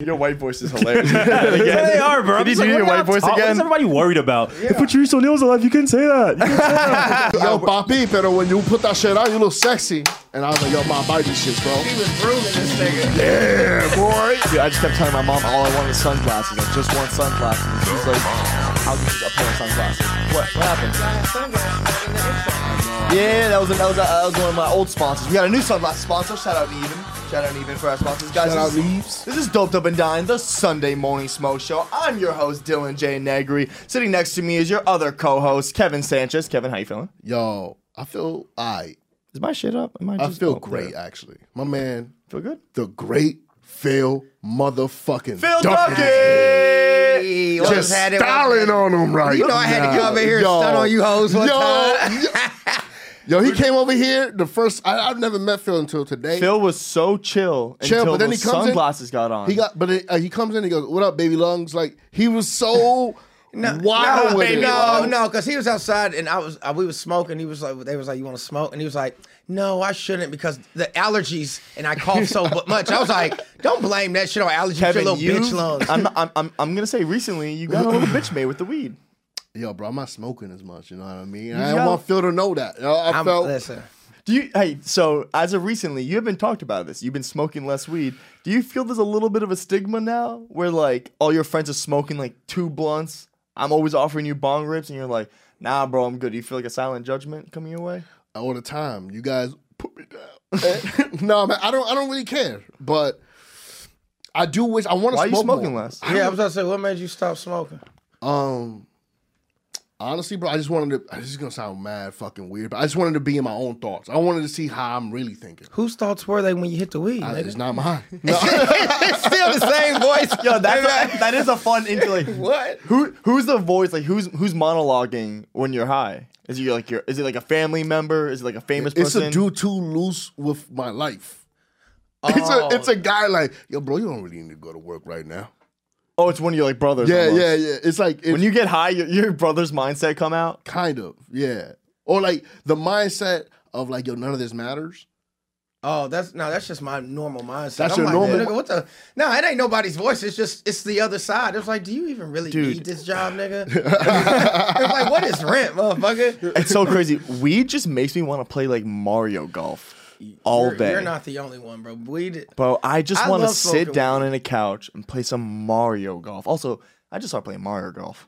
Your white voice is hilarious. Yeah, they are, bro. I'm Did you just like, do what are your white y'all voice talking- What again? is everybody worried about? If Patrice O'Neal's alive, you can say that. You can say that. Yo, Papi, pero when you put that shit out, you look sexy. And I was like, yo, mom, buy these shits, bro. He was grooming this nigga. Yeah, boy. Dude, I just kept telling my mom all I wanted was sunglasses. I just want sunglasses. And she's like, how could you a pair of sunglasses? What? What happened? Yeah, that was, that, was, that was one of my old sponsors. We got a new sunglasses sponsor. Shout out to Even. Shout out to Even for our sponsors. Guys, Shout out this is- leaves. This is Doped Up and Dying, the Sunday Morning Smoke Show. I'm your host, Dylan J. Negri. Sitting next to me is your other co-host, Kevin Sanchez. Kevin, how you feeling? Yo, I feel I Is my shit up? Am I just- feel oh, great, there. actually. My man, Feel good? the great Phil motherfucking Phil Duncan. Ducky! Just had it, styling on him right You know I had to now. come over here and stun on you hoes one yo, time. Yo, he came over here the first. I, I've never met Phil until today. Phil was so chill, Chill, until but then those he comes in- sunglasses got on. He got, but it, uh, he comes in. He goes, "What up, baby lungs?" Like he was so wild no, with it. no, like, no, because he was outside and I was uh, we was smoking. He was like, they was like, you want to smoke? And he was like, no, I shouldn't because the allergies. And I coughed so bu- much. I was like, don't blame that shit on allergies. Kevin, your little you, bitch lungs. I'm, I'm, I'm, I'm gonna say recently you got a little bitch made with the weed. Yo, bro, I'm not smoking as much. You know what I mean? You I don't got- want Phil to know that. Yo, I I'm, felt. listen, Do you? Hey, so as of recently, you haven't talked about this. You've been smoking less weed. Do you feel there's a little bit of a stigma now, where like all your friends are smoking like two blunts? I'm always offering you bong rips, and you're like, Nah, bro, I'm good. Do you feel like a silent judgment coming your way? all the time. You guys put me down. no, man, I don't. I don't really care, but I do wish I want to. Why are you smoke smoking more. less? yeah, I was gonna say, what made you stop smoking? Um, honestly, bro, I just wanted to. This is gonna sound mad, fucking weird, but I just wanted to be in my own thoughts. I wanted to see how I'm really thinking. Whose thoughts were they when you hit the weed? I- nigga? it's not mine. it's still the same voice. Yo, that's a, that is a fun intro. Like, What? Who who's the voice? Like who's who's monologuing when you're high? Is you like your is it like a family member? Is it like a famous It's person? a dude too loose with my life. Oh. It's a it's a guy like yo, bro. You don't really need to go to work right now. Oh, it's one of your like brothers. Yeah, almost. yeah, yeah. It's like it's When you get high, your, your brother's mindset come out. kind of yeah, or like the mindset of like yo, none of this matters. Oh, that's no, that's just my normal mindset. That's I'm your like, normal- Nigga, what the? No, it ain't nobody's voice. It's just it's the other side. It's like, do you even really Dude. need this job, nigga? it's like, what is rent, motherfucker? It's so crazy. Weed just makes me want to play like Mario Golf all you're, day. You're not the only one, bro. We did. Bro, I just I want to love smoking sit down in a couch and play some Mario Golf. Also, I just started playing Mario Golf.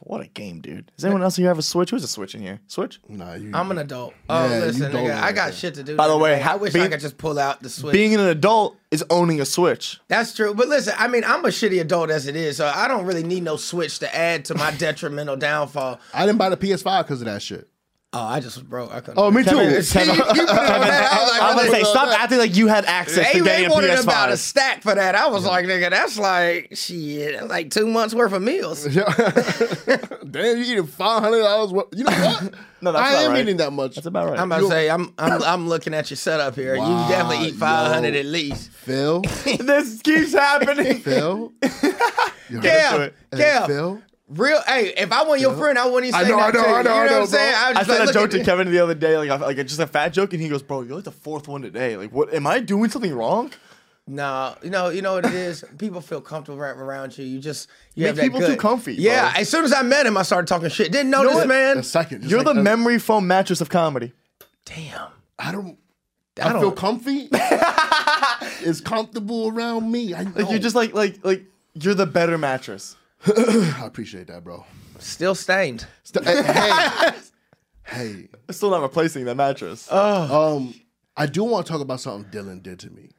What a game, dude. Does anyone else here have a Switch? Who's a Switch in here? Switch? Nah, you. I'm an adult. Oh, Yeah, you listen, don't nigga, I like got that. shit to do. By the nigga. way, I wish I being- could just pull out the switch. Being an adult is owning a Switch. That's true. But listen, I mean, I'm a shitty adult as it is, so I don't really need no switch to add to my detrimental downfall. I didn't buy the PS5 because of that shit. Oh, I just bro, I couldn't. Oh, me too. See, you, you put it on that. I was like, I'm gonna say, motherfucker. stop acting like you had access They, to they getting a wanted about a PS5. stack for that. I was like, nigga, that's like shit, that's like two months worth of meals. Damn, you eating five hundred dollars? worth- You know what? No, that's I not am right. eating that much. That's about right. I'm about to say, I'm I'm I'm looking at your setup here. Wow, you definitely eat 500 yo. at least. Phil, this keeps happening. Phil, Yeah, and yeah. Phil. Real, hey, if I wasn't your friend, I wouldn't even I say know, that I know, to you. I know, you know I what know, I'm saying? bro. was I just said like, a joke look at to you. Kevin the other day, like, I- like just a fat joke, and he goes, "Bro, you're like the fourth one today. Like, what? Am I doing something wrong? No, you know, you know what it is. People feel comfortable ra- around you. You just you Make have that people too good- comfy, Yeah. bro. As soon as I met him, I started talking shit. Didn't know, this what? man. A second. just You're like the a- memory foam mattress of comedy." Damn. I don't. I I, don't- feel comfy. it's comfortable around me. I know. Like, you're just like, like, like, you're the better mattress. I appreciate that, bro. Still stained. St- hey, eh, hey. I'm still not replacing that mattress. Um, I do want to talk about something Dylan did to me.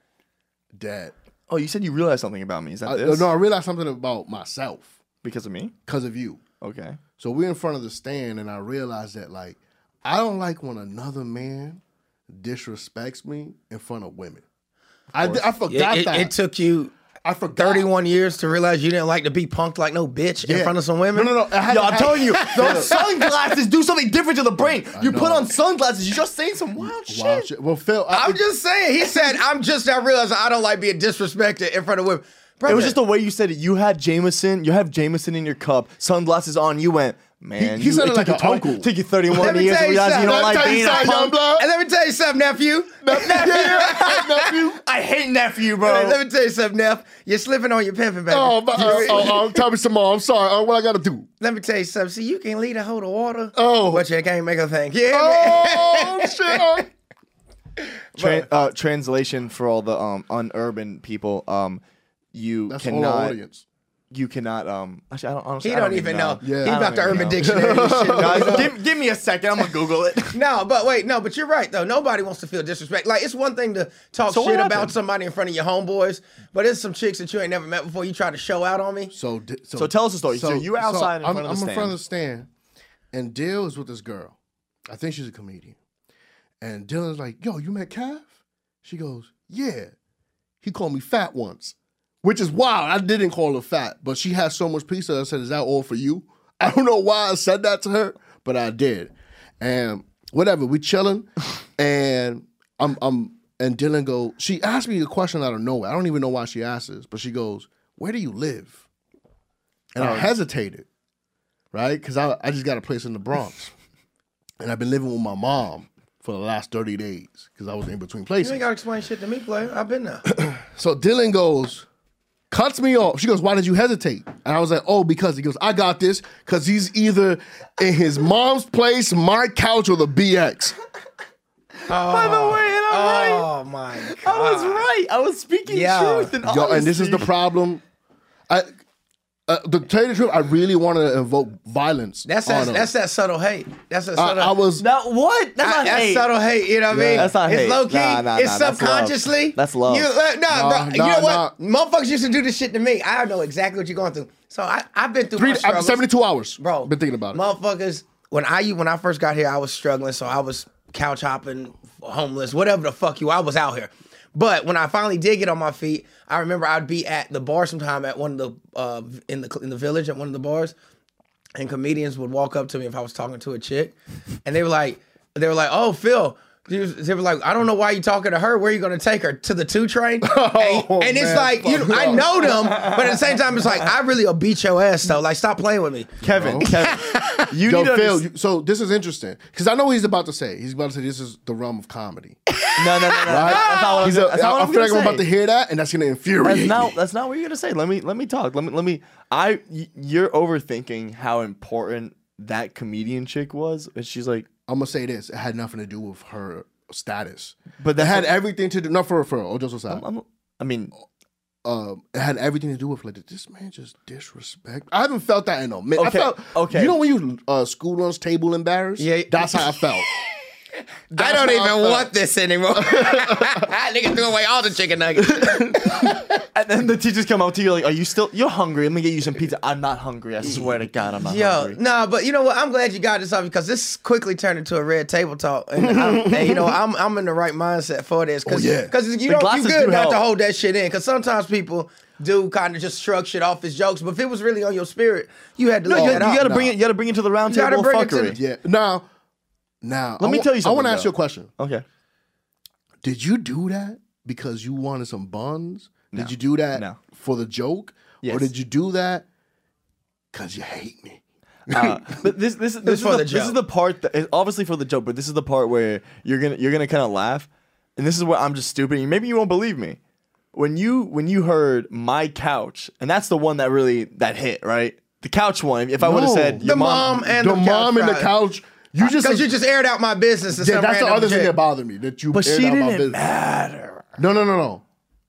That oh, you said you realized something about me. Is that I, this? no, I realized something about myself because of me. because of you. Okay. So we're in front of the stand, and I realized that like I don't like when another man disrespects me in front of women. I, I forgot It, it, that. it took you I forgot 31 years to realize you didn't like to be punked like no bitch in Yeah. front of some women. No, Uh, no, no. I had- Yo, I'm I- telling you, those sunglasses do something different to the brain. You put know. on sunglasses, you're just saying some wild shit. Wow, shit. Well, Phil, I, I'm just saying. He said, "I'm just now realizing I don't like being disrespected in front of women." Brother, It was just the way you said it. You had Jameson, you have Jameson in your cup, sunglasses on, you went, man. he sounded like took an you uncle. Took you 31 Let me years to tell you realize you something. don't Let me like tell you being a something, young punk. blood. And let me tell you something, nephew. Nephew. I hate nephew, Hey, let bro. me tell you something, Neff. You're slipping on your pimping, baby. Oh, but, uh, oh, oh, tell me some more. I'm sorry. Uh, what I gotta do? Let me tell you something. See, you can lead a hoe to water, Oh. but you can't make her think. Yeah, Oh shit! uh, Tran- uh, translation for all the um unurban people. Um, you That's all our cannot. audience. You cannot. Um, actually, I don't. Honestly, he I don't, even know. Yeah. He I about don't even to Urban know. Dictionary. and shit. Guys, give, give me a second. I'm gonna Google it. No, but wait, no, but you're right though. Nobody wants to feel disrespect. Like it's one thing to talk So what shit about happened? somebody in front of your homeboys, but it's some chicks that you ain't never met before. You try to show out on me. So, di- so, So tell us the story. So you were outside in I'm, front of the I'm stand. in front of the stand, and Dill is with this girl. I think she's a comedian. And Dylan's like, "Yo, you met Cav?" She goes, "Yeah." He called me fat once, which is wild. I didn't call her fat, but she had so much pizza. I said, "Is that all for you?" I don't know why I said that to her, but I did. And whatever, we chilling, and I'm I'm and Dylan go. She asked me a question out of nowhere. I don't even know why she asked this, but she goes, "Where do you live?" And I hesitated, right? Because I, I just got a place in the Bronx. and I've been living with my mom for the last 30 days because I was in between You places. ain't gotta explain shit to me, player. I've been there. So Dylan goes, cuts me off. She goes, Why did you hesitate? And I was like, Oh, because he goes, I got this because he's either in his mom's place, my couch, or the BX. By the way, and I'm right. oh my I god. was right. I was speaking Yeah. truth and Ah. Yo, and this is the honesty. problem. I, uh, to tell you the truth, I really want to invoke violence. That's on that, him. that's that subtle hate. That's that I, subtle I was Now what? That's I- not that's hate. subtle hate, you know what I mean? That's not it's hate. low key. Nah, nah, it's nah, that's love. subconsciously. That's love. You, uh, nah, Nah, bro. you nah, know what? Motherfuckers used to do this shit to me. I know exactly what you're going through. So I, I've been through my three, I'm struggles. 72 hours. bro. Been thinking about it. Motherfuckers, when I when I first got here, I was struggling, so I was couch hopping, homeless, whatever the fuck you. I was out here. But when I finally did get on my feet, I remember I'd be at the bar sometime at one of the uh, in the in the village at one of the bars, and comedians would walk up to me if I was talking to a chick, and they were like, they were like, "Oh, Phil." They was- they were like, I don't know why you talking to her. Where you gonna take her to the two train? and Oh, and it's man, like, you, fuck I up. know them, but at the same time, it's like I really will beat your ass though. Like, stop playing with me. Kevin, Kevin, Oh. you Yo, need to Phil, understand- you, so this is interesting because I know what he's about to say. He's about to say this is the realm of comedy. No, no, no, no. That's not what I'm, He's gonna- a, that's not I, what I I'm feel like gonna I'm about to say. hear that, and that's gonna infuriate That's me. not that's not what you're gonna say. Let me let me talk. Let me let me. I y- you're overthinking how important that comedian chick was, and she's like, I'm gonna say this. It had nothing to do with her status. but It that had everything to do not for for oh just aside. I'm, I mean, Um, it had everything to do with like did this man just disrespect. I haven't felt that in a minute. Okay, I felt, okay. You know when you uh, school lunch table embarrassed? Yeah. that's how I felt. I don't how I even felt. want this anymore. Nigga threw away all the chicken nuggets. and then the teachers come up to you like, are you still you're hungry? Let me get you some pizza. I'm not hungry. I swear to God, I'm not Yo, hungry. no, but you know what? I'm glad you got this off because this quickly turned into a red table talk, and, I'm, and, you know I'm I'm in the right mindset for this because Oh, yeah. you The don't you glasses good do not to help. hold that shit in because sometimes people do kind of just shrug shit off as jokes, but if it was really on your spirit, you had to No, let you, that out. you gotta no. bring it. You gotta bring it to the round You gotta table of bring it to fuckery. Yeah. Now, now Let me tell you I something, want to ask though. you a question. Okay. Did you do that because you wanted some buns? Did you do that No. for the joke, Yes. or did you do that because you hate me? Uh, but this this, this, is for the, the this is joke. the part that is obviously for the joke, but this is the part where you're gonna you're gonna kind of laugh, and this is where I'm just stupid. And maybe you won't believe me when you when you heard my couch, and that's the one that really that hit right. The couch one. If I would have No. said the your mom, and the, the mom and the couch couch. You just because you just aired out my business. To yeah, some that's the random other thing chick. that bothered me. That you but aired she out my didn't business. matter. No, no, no, no.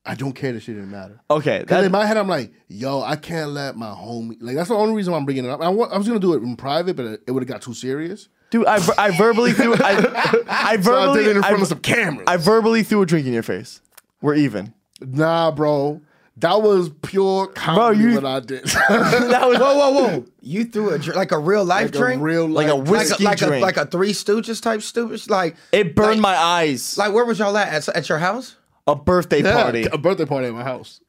I don't care that she didn't matter. Okay, Because Oh, that- in my head, I'm like, yo, I can't let my homie. Like that's the only reason why I'm bringing it up. I, wa- I was gonna do it in private, but it would have got too serious. dude, I, ver- I verbally threw I, I So I verbally did it in front I, of some cameras. I verbally threw a drink in your face. We're even. nah, bro, that was pure comedy. you- what I did, that was Whoa, whoa, Oh, whoa! You threw a dr- like a real life like a drink, real Like a life- whis- like whiskey a, like a drink. like a Three Stooges type stupid sh- like it burned like, my eyes. like where was y'all at at, at your house? a birthday Yeah, party. a birthday party at my house.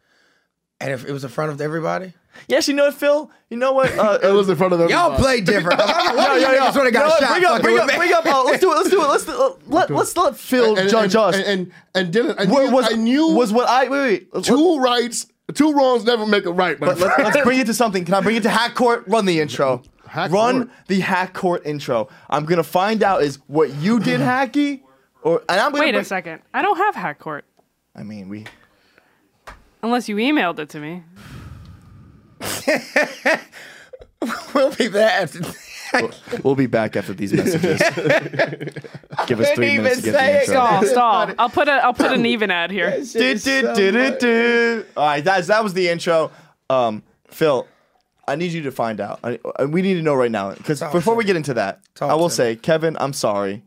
And if it was in front of everybody, Yes, you know what, Phil? You know what? Uh, It was in front of everybody. y'all play different. One of you niggas You woulda know what? got shot. Bring up, fucking bring with up, me. bring up. uh, let's do it. Let's do it. Let's do, uh, let let's let Phil And, and, judge us. and, and and Dylan, I what knew, was I knew was what I wait. wait let, two rights, two wrongs never make a right. But let, us bring it to something. Can I bring it to Hack Court? Run the intro. Hack Run court. the hack court intro. I'm gonna find out is what you did hacky, or and I'm gonna Wait a bring- second. I don't have hack court I mean, we unless you emailed it to me. We'll be back after. we'll be back after these messages. Give us three minutes Couldn't to even get the say it, intro. Stall, stall. I'll put a I'll put an even ad here. Did, did, did, did, did. All right, that's that was the intro. Um, Phil, I need you to find out. I, I- we need to know right now because Talk before to we me. get into that, Talk I will to say, Kevin, I'm sorry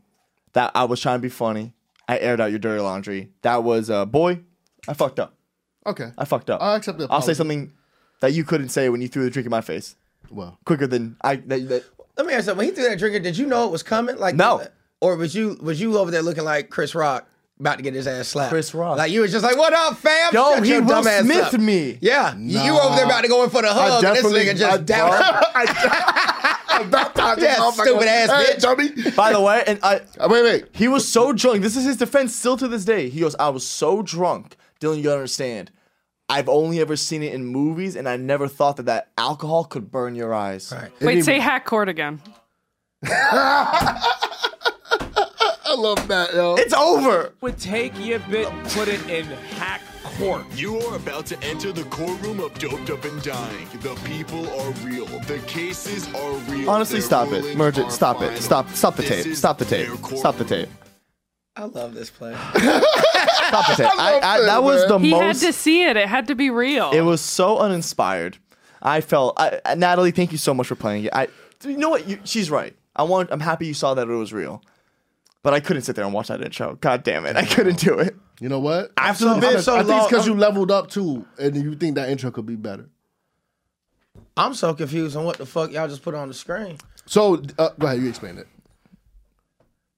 that I was trying to be funny. I aired out your dirty laundry. That was uh, boy, I fucked up. Okay. I fucked up. I accept the I'll say apology. something that you couldn't say when you threw the drink in my face Well, quicker than I. That, that, Let me ask you something. When he threw that drinker, did you know it was coming? Like No. Or was you was you over there looking like Chris Rock about to get his ass slapped? Chris Rock. Like you was just like, "What up, fam?" Yo, Shut he your Will dumb ass Smith up. me. Yeah, You- you over there about to go in for the hug, and this nigga just I- down. I'm not talking Yeah, about my- stupid ass Hey, bitch. dummy. By the way, and I Uh, Wait, wait. He was so drunk. This is his defense still to this day. He goes, I was so drunk. Dylan, you gotta understand. I've only ever seen it in movies, and I never thought that that alcohol could burn your eyes. Right. Wait, say hack court again. I love that, yo. It's over. would take your bit, put it in hack court. You are about to enter the courtroom of Doped Up and Dying. The people are real. The cases are real. Honestly, Their stop it. rulings Merge it. are Stop it. final. Stop. Stop the This tape. is Stop the tape. their Stop the courtroom. tape. I love this play. Stop the tape. I, I, that, that was man. the He had most. to see it. It had to be real. It was so uninspired. I felt. I, I- Natalie, thank you so much for playing it. I. You know what? You, she's right. I want. I'm happy you saw that it was real, but I couldn't sit there and watch that intro. God damn it! I couldn't do it. You know what? I, After the bit, so think it's long. because you leveled up too, and you think that intro could be better. I'm so confused on what the fuck y'all just put on the screen. So, uh, go ahead. You explain it.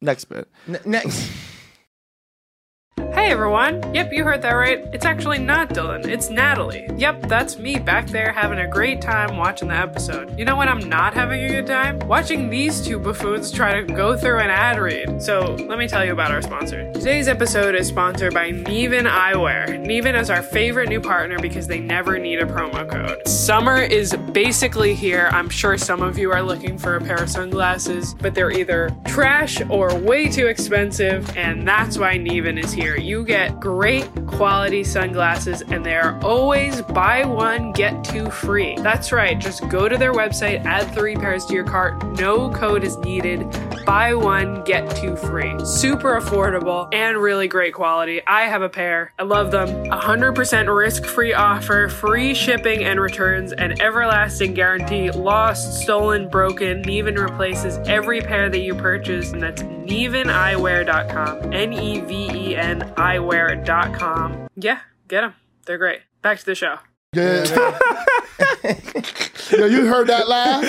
Next bit. N- next, Hey everyone! Yep, you heard that right. It's actually not Dylan, it's Natalie. Yep, that's me back there having a great time watching the episode. You know when I'm not having a good time? Watching these two buffoons try to go through an ad read. So, let me tell you about our sponsor. Today's episode is sponsored by Neven Eyewear. Neven is our favorite new partner because they never need a promo code. Summer is basically here. I'm sure some of you are looking for a pair of sunglasses, but they're either trash or way too expensive, and that's why Neven is here. You get great quality sunglasses, and they are always buy one, get two free. That's right, just go to their website, add three pairs to your cart. No code is needed. Buy one, get two free. Super affordable and really great quality. I have a pair. I love them. 100% risk free offer, free shipping and returns, and everlasting guarantee. Lost, stolen, broken. Neven replaces every pair that you purchase, and that's E neveneyewear.com. N E V E N eyewear.com. Yeah, get them. They're great. Back to the show. Yeah. Yo, you heard that laugh?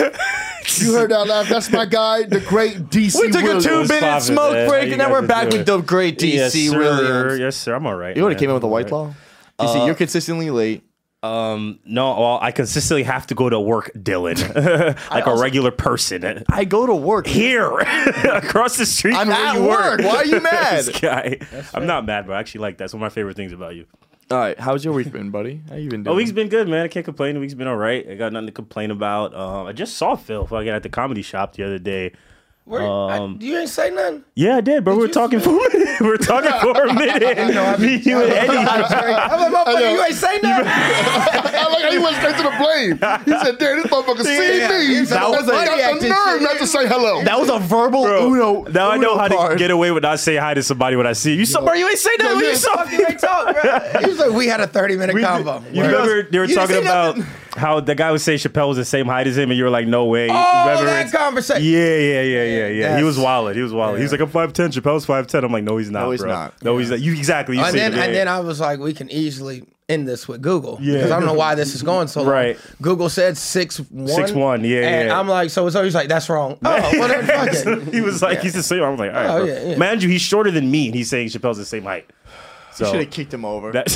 You heard that laugh? That's my guy, the great DC. We took a Williams. two Stop minute it, smoke man. break, You and now got we're to back do with it. the great DC yes, sir. Williams. Yes, sir. I'm all right. You would have man. came in with a I'm white all claw. Uh, DC, you're consistently late. right. No, well, I consistently have to go to work, Dylan, like a regular person. I go to work. Here, across the street. I'm from at where you work. Why are you mad? this guy. I'm not mad, but I actually like that. It's one of my favorite things about you. All right, how's your week been, buddy? How you been The doing? week's been good, man. I can't complain. The week's been all right. I got nothing to complain about. Um, I just saw Phil fucking at the comedy shop the other day. Where- I- you didn't say nothing. Yeah, I did, but we were you- talking for a minute. We were talking for a minute. Me, you, and Eddie. I'm like, motherfucker, you ain't say nothing. I like how he went straight to the blame. He said, "Damn, this motherfucker see Yeah, me." it's That a was funny got act the and nerve shit. not to say hello. that was a verbal Bro, Uno. now I know Uno how card. to get away with not saying hi to somebody when I see you. You saw, bro, you ain't say nothing when you saw Fuck, Oh, you ain't talk, bro. He was like, we had a 30 minute We- combo. You Word. remember they were You didn't talking say about nothing. how the guy was saying Chappelle was the same height as him, and you were like, "No way." You Oh, remember that it's- conversation. Yeah, yeah, yeah, yeah, yeah. He was Yes. wild. He was wild. He was like, "I'm five ten. Chappelle's five ten. I'm like, "No, he's not. No, he's bro. not. No, he's not. You exactly. You and see then it, and yeah. then I was like, we can easily end this with Google. Yeah. Because I don't know why this is going so long. Right. Google said six one. 6'1", yeah, And yeah. I'm like, so so he's like, that's wrong. Oh, well then fuck So it. he was like, "He's the same." I was like, "All right, bro." Oh, yeah, yeah. Mind you, he's shorter than me, and he's saying Chappelle's the same height. So Should have kicked him over. that-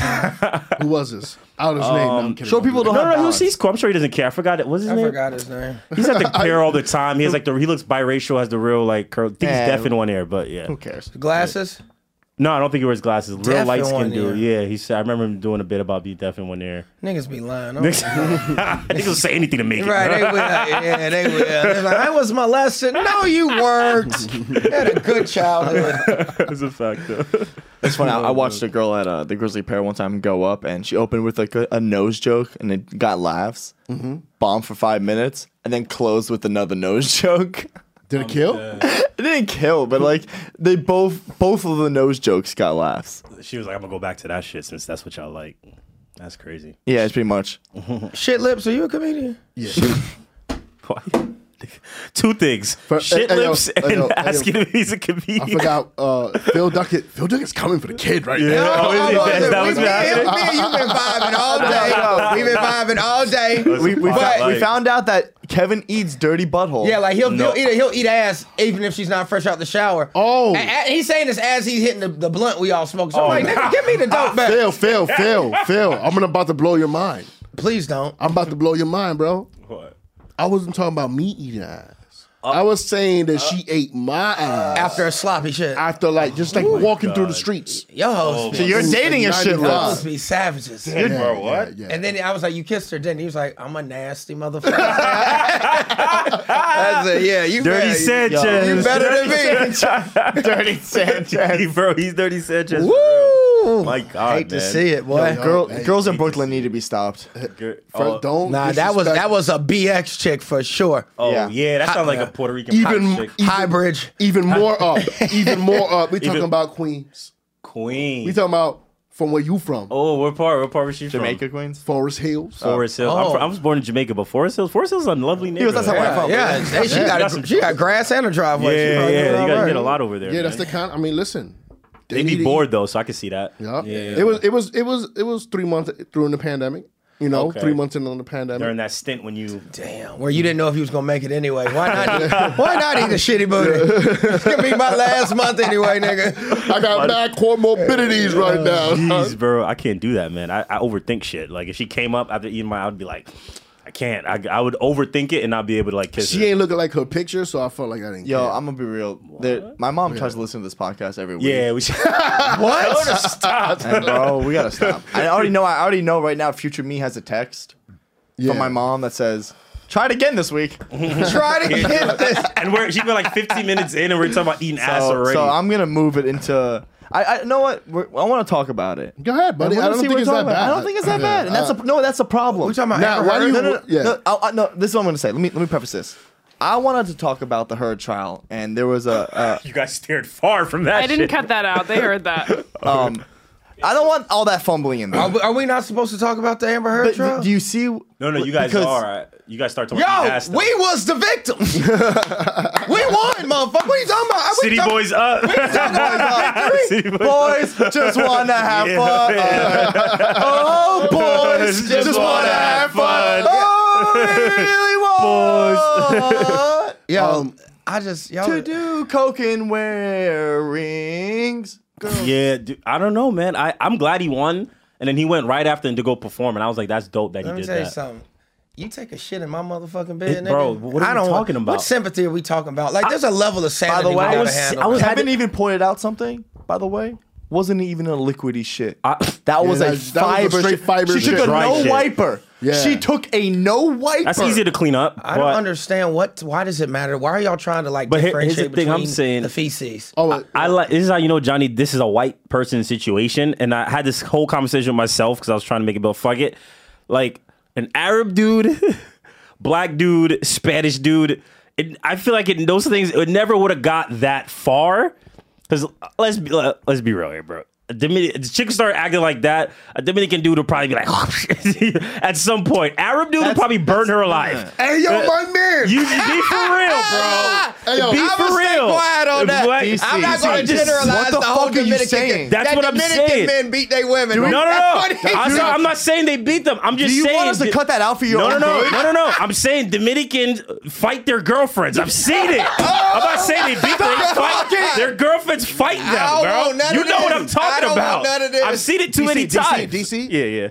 Who was this? Out his name. No, I'm kidding. Show people no, don't have no, no, balance. he's, he's cool. I'm sure he doesn't care. I forgot it. What's his I name? forgot his name. He's at the pair all the time. He has like the he looks biracial, has the real like curl. I think he's Yeah. deaf in one ear, but yeah. Who cares? Glasses. No, I don't think he wears glasses. Real Deaf light in one skinned dude. ear. Yeah, he said. I remember him doing a bit about being deaf in one ear. Niggas be lying. I'm- Niggas will say anything to make it. Right, they will. Yeah, they will. They're like, I was molested. No, you weren't. You had a good childhood. That's a fact. Though. It's funny. I, I watched a girl at uh, the Grizzly Pair one time go up, and she opened with like a, a nose joke, and it got laughs. Bombed for five minutes, and then closed with another nose joke. Did it kill? It didn't kill, but like they both both of the nose jokes got laughs. She was like, "I'm gonna go back to that shit since that's what y'all like." That's crazy. Yeah, it's pretty much. Shit lips, are you a comedian? Two things: shit hey, yo, lips hey, yo, and hey, yo. asking if he's a I comedian. forgot. Uh, Phil Duckett. Phil Duckett's coming for the kid right now. Oh, is he? Oh, That's- listen, that we was been- what happened? Me and you been vibing all day. We've been vibing all day. We, we, But- found, we found out that Kevin eats dirty butthole. Yeah, like he'll, No. he'll eat he'll eat ass even if she's not fresh out the shower. Oh. A- a- he's saying this as he's hitting the, the blunt we all smoke. So Oh, I'm like, nigga, give me the dope back. Phil, Phil, Phil, Phil. I'm gonna about to blow your mind. Please don't. I'm about to blow your mind, bro. What? I wasn't talking about me eating ass. I was saying that she ate my ass After a sloppy shit, after like just like walking through the streets. yo hoes. Oh, So you're dating a shit lip. Those be savages. Yeah, Bro, what? Yeah, yeah. And then I was like, "You kissed her, didn't?" you?" He was like, "I'm a nasty motherfucker." I said, "Yeah, Dirty you better, Sanchez. you better than me." Dirty Sanchez. bro, he's dirty Sanchez. for real. Woo! My God, hate to man. see it, boy. Girl, Hey, girls in Brooklyn need to be stopped. Good. Fred, Oh, don't. nah, that was disrespect- that was a BX chick for sure. oh, Yeah. yeah. that sounds like yeah. e- a Puerto Rican Even- pop chick. even- Hybrid. even more up. Even more up. We talking Even- about Queens. Queen. We talking about from where you from? oh, what part? What part was she Jamaica Queens. Forest Hills. from? Forest Hills. I'm Oh. from, I was born in Jamaica, but Forest Hills. Forest Hills is a lovely He was neighborhood. that's how I Uh, Yeah, felt. yeah. Hey, she got That's a, some- she got grass and a driveway. She yeah, probably yeah. doing You all got to right. get a lot over there. yeah, that's the man. kind. I mean, listen. They need to be eat. bored though, so I can see that. Yeah. yeah. It was it was it was it was three months during the pandemic. You know, Okay. three months into the pandemic. During that stint when you Damn, where you didn't know if you was gonna make it anyway. Why not? why not eat a shitty booty? it's gonna be my last month anyway, nigga. I got bad comorbidities Oh, right now. Jeez, bro, I can't do that, man. I, I overthink shit. Like if she came up after eating my, I'd be like, I can't. I, I would overthink it and not be able to like kiss She her. ain't looking like her picture, so I felt like I didn't. Yo, care. I'm gonna be real. There, my mom tries to listen to this podcast every week. Yeah, we should. What? stop. And, bro, we gotta stop. I already know. I already know right now. Future me has a text yeah. from my mom that says, "Try it again this week." Try to get this. and we're she's been like 15 minutes in, and we're talking about eating ass Oh, so, already. so I'm gonna move it into. I, I you know what We're, I want to talk about it. Go ahead, buddy. And we're I gonna don't see think what it's we're that talking about. bad. Uh, I don't think it's that Yeah. bad, and that's a no. That's a problem. We talking about Now, Amber why do you? Heard? no, no, no, yeah. no, I, I, no. This is what I'm gonna say. Let me let me preface this. I wanted to talk about the Heard trial, and there was a, you guys stared far from that. I didn't shit. cut that out. They heard that. a um. I don't want all that fumbling in Are there. we, are we not supposed to talk about the Amber Heard But trial? do you see? No, No, no, you guys are. You guys start talking Yo, about eating ass. though. we was the victims. we won, motherfucker. What are you talking about? We City talk- boys up. City boys. Boys just wanna have Yeah, fun. Oh, boys just, Just wanna wanna have have fun. fun. Oh, we really want Yo, Um, I just y'all. to do coke and wear rings. Yeah, dude, I don't know, man. I I'm glad he won, and then he went right after and to go perform, and I was like, that's dope that let he me did tell you that. something. You take a shit in my motherfucking bed, nigga. bro, what are I you don't, talking about? What sympathy are we talking about? Like, there's a level of By sanity. the way, we I gotta was, handle. I was man. Kevin even pointed out something. By the way, wasn't even a liquidy shit. I- that was Yeah, a that- that was a fiber. straight shit. fiber she shit. took a Dry no shit. wiper. Yeah. She took a no wiper. That's easy to clean up. I don't but- understand what. Why does it matter? Why are y'all trying to like But here- here's the differentiate thing between I'm saying. the feces? oh, I, I like this is how you know Johnny. This is a white person situation, and I had this whole conversation with myself because I was trying to make it about fuck it, like an Arab dude, black dude, Spanish dude. It, I feel like in those things it never would have got that far. Because let's be let's be real here, bro. A Dominican, the chick start acting like that. A Dominican dude would probably be like, at some point, Arab dude would probably burn her alive. Uh, hey, yo, my man. You be for real, bro. Hey, yo, be I for I'ma stay real. quiet on that. Black- DC. I'm not going to Just- generalize what the, the whole fuck are you Dominican. saying? That's that what I'm Dominican saying. men beat their women. No, no, no. That's funny. I'm, not, I'm not saying they beat them. I'm just Do you saying. want us to cut that out for your no, no, own no, good? no, no, no. I'm saying Dominicans fight their girlfriends. I've seen it. I'm not saying they beat them. They fight, Oh! talking. their girlfriends fight them, I don't bro. want none you of know what this. I'm talking I don't want about. none of this. I've seen it too DC, many DC, times. DC? Yeah, yeah.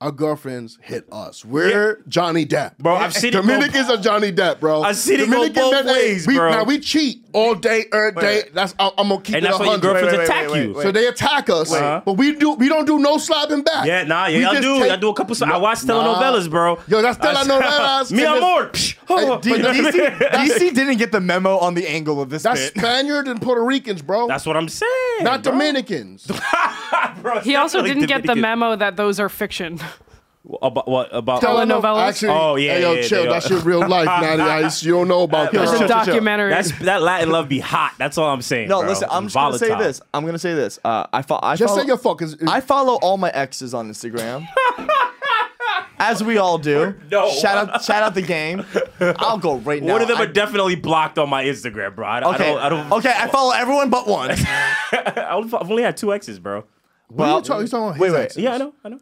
Our girlfriends hit us. We're Johnny Depp, Bro, I've seen it go- Dominicans are Johnny Depp, bro. I've seen it go Dominican both that- ways, we, bro. Now we cheat all day, er, day. That's I, am gonna keep And it that's why your 100. girlfriends wait, attack wait, you. wait, So they attack us, but we do. We don't do no slapping back. Yeah, nah, We yeah, I just do. take- I do a couple. Of, I watch telenovelas, bro. Yo, that's I- telenovelas. Mi amor. Hey, oh, D- DC, DC didn't get the memo on the angle of this That's bit. Spaniard and Puerto Ricans, bro. That's what I'm saying. not bro. Dominicans. Bro, He also definitely didn't get the Dominican. memo that those are fiction. about what about Telenovelas. Actually, Oh, yeah, hey, yo, yeah, chill. they That's are. your real life, Natty Ice. You don't know about Yo, It's chill, a chill, that. chill. documentary. that's that Latin love be hot. That's all I'm saying. No, bro. listen. I'm It's just gonna say volatile. this. I'm gonna say this. Uh, I, fo- I Just follow. say your fuck. Is, is- I follow all my exes on Instagram. As we all do. No. Shout out shout out the game. I'll go right now. One of them I- are definitely blocked on my Instagram, bro. I, Okay. I don't. I don't. okay, I follow everyone but one. I don't- I've only had two exes, bro. what are you talking, he's talking about wait, his wait. exes. Yeah, I know. I know.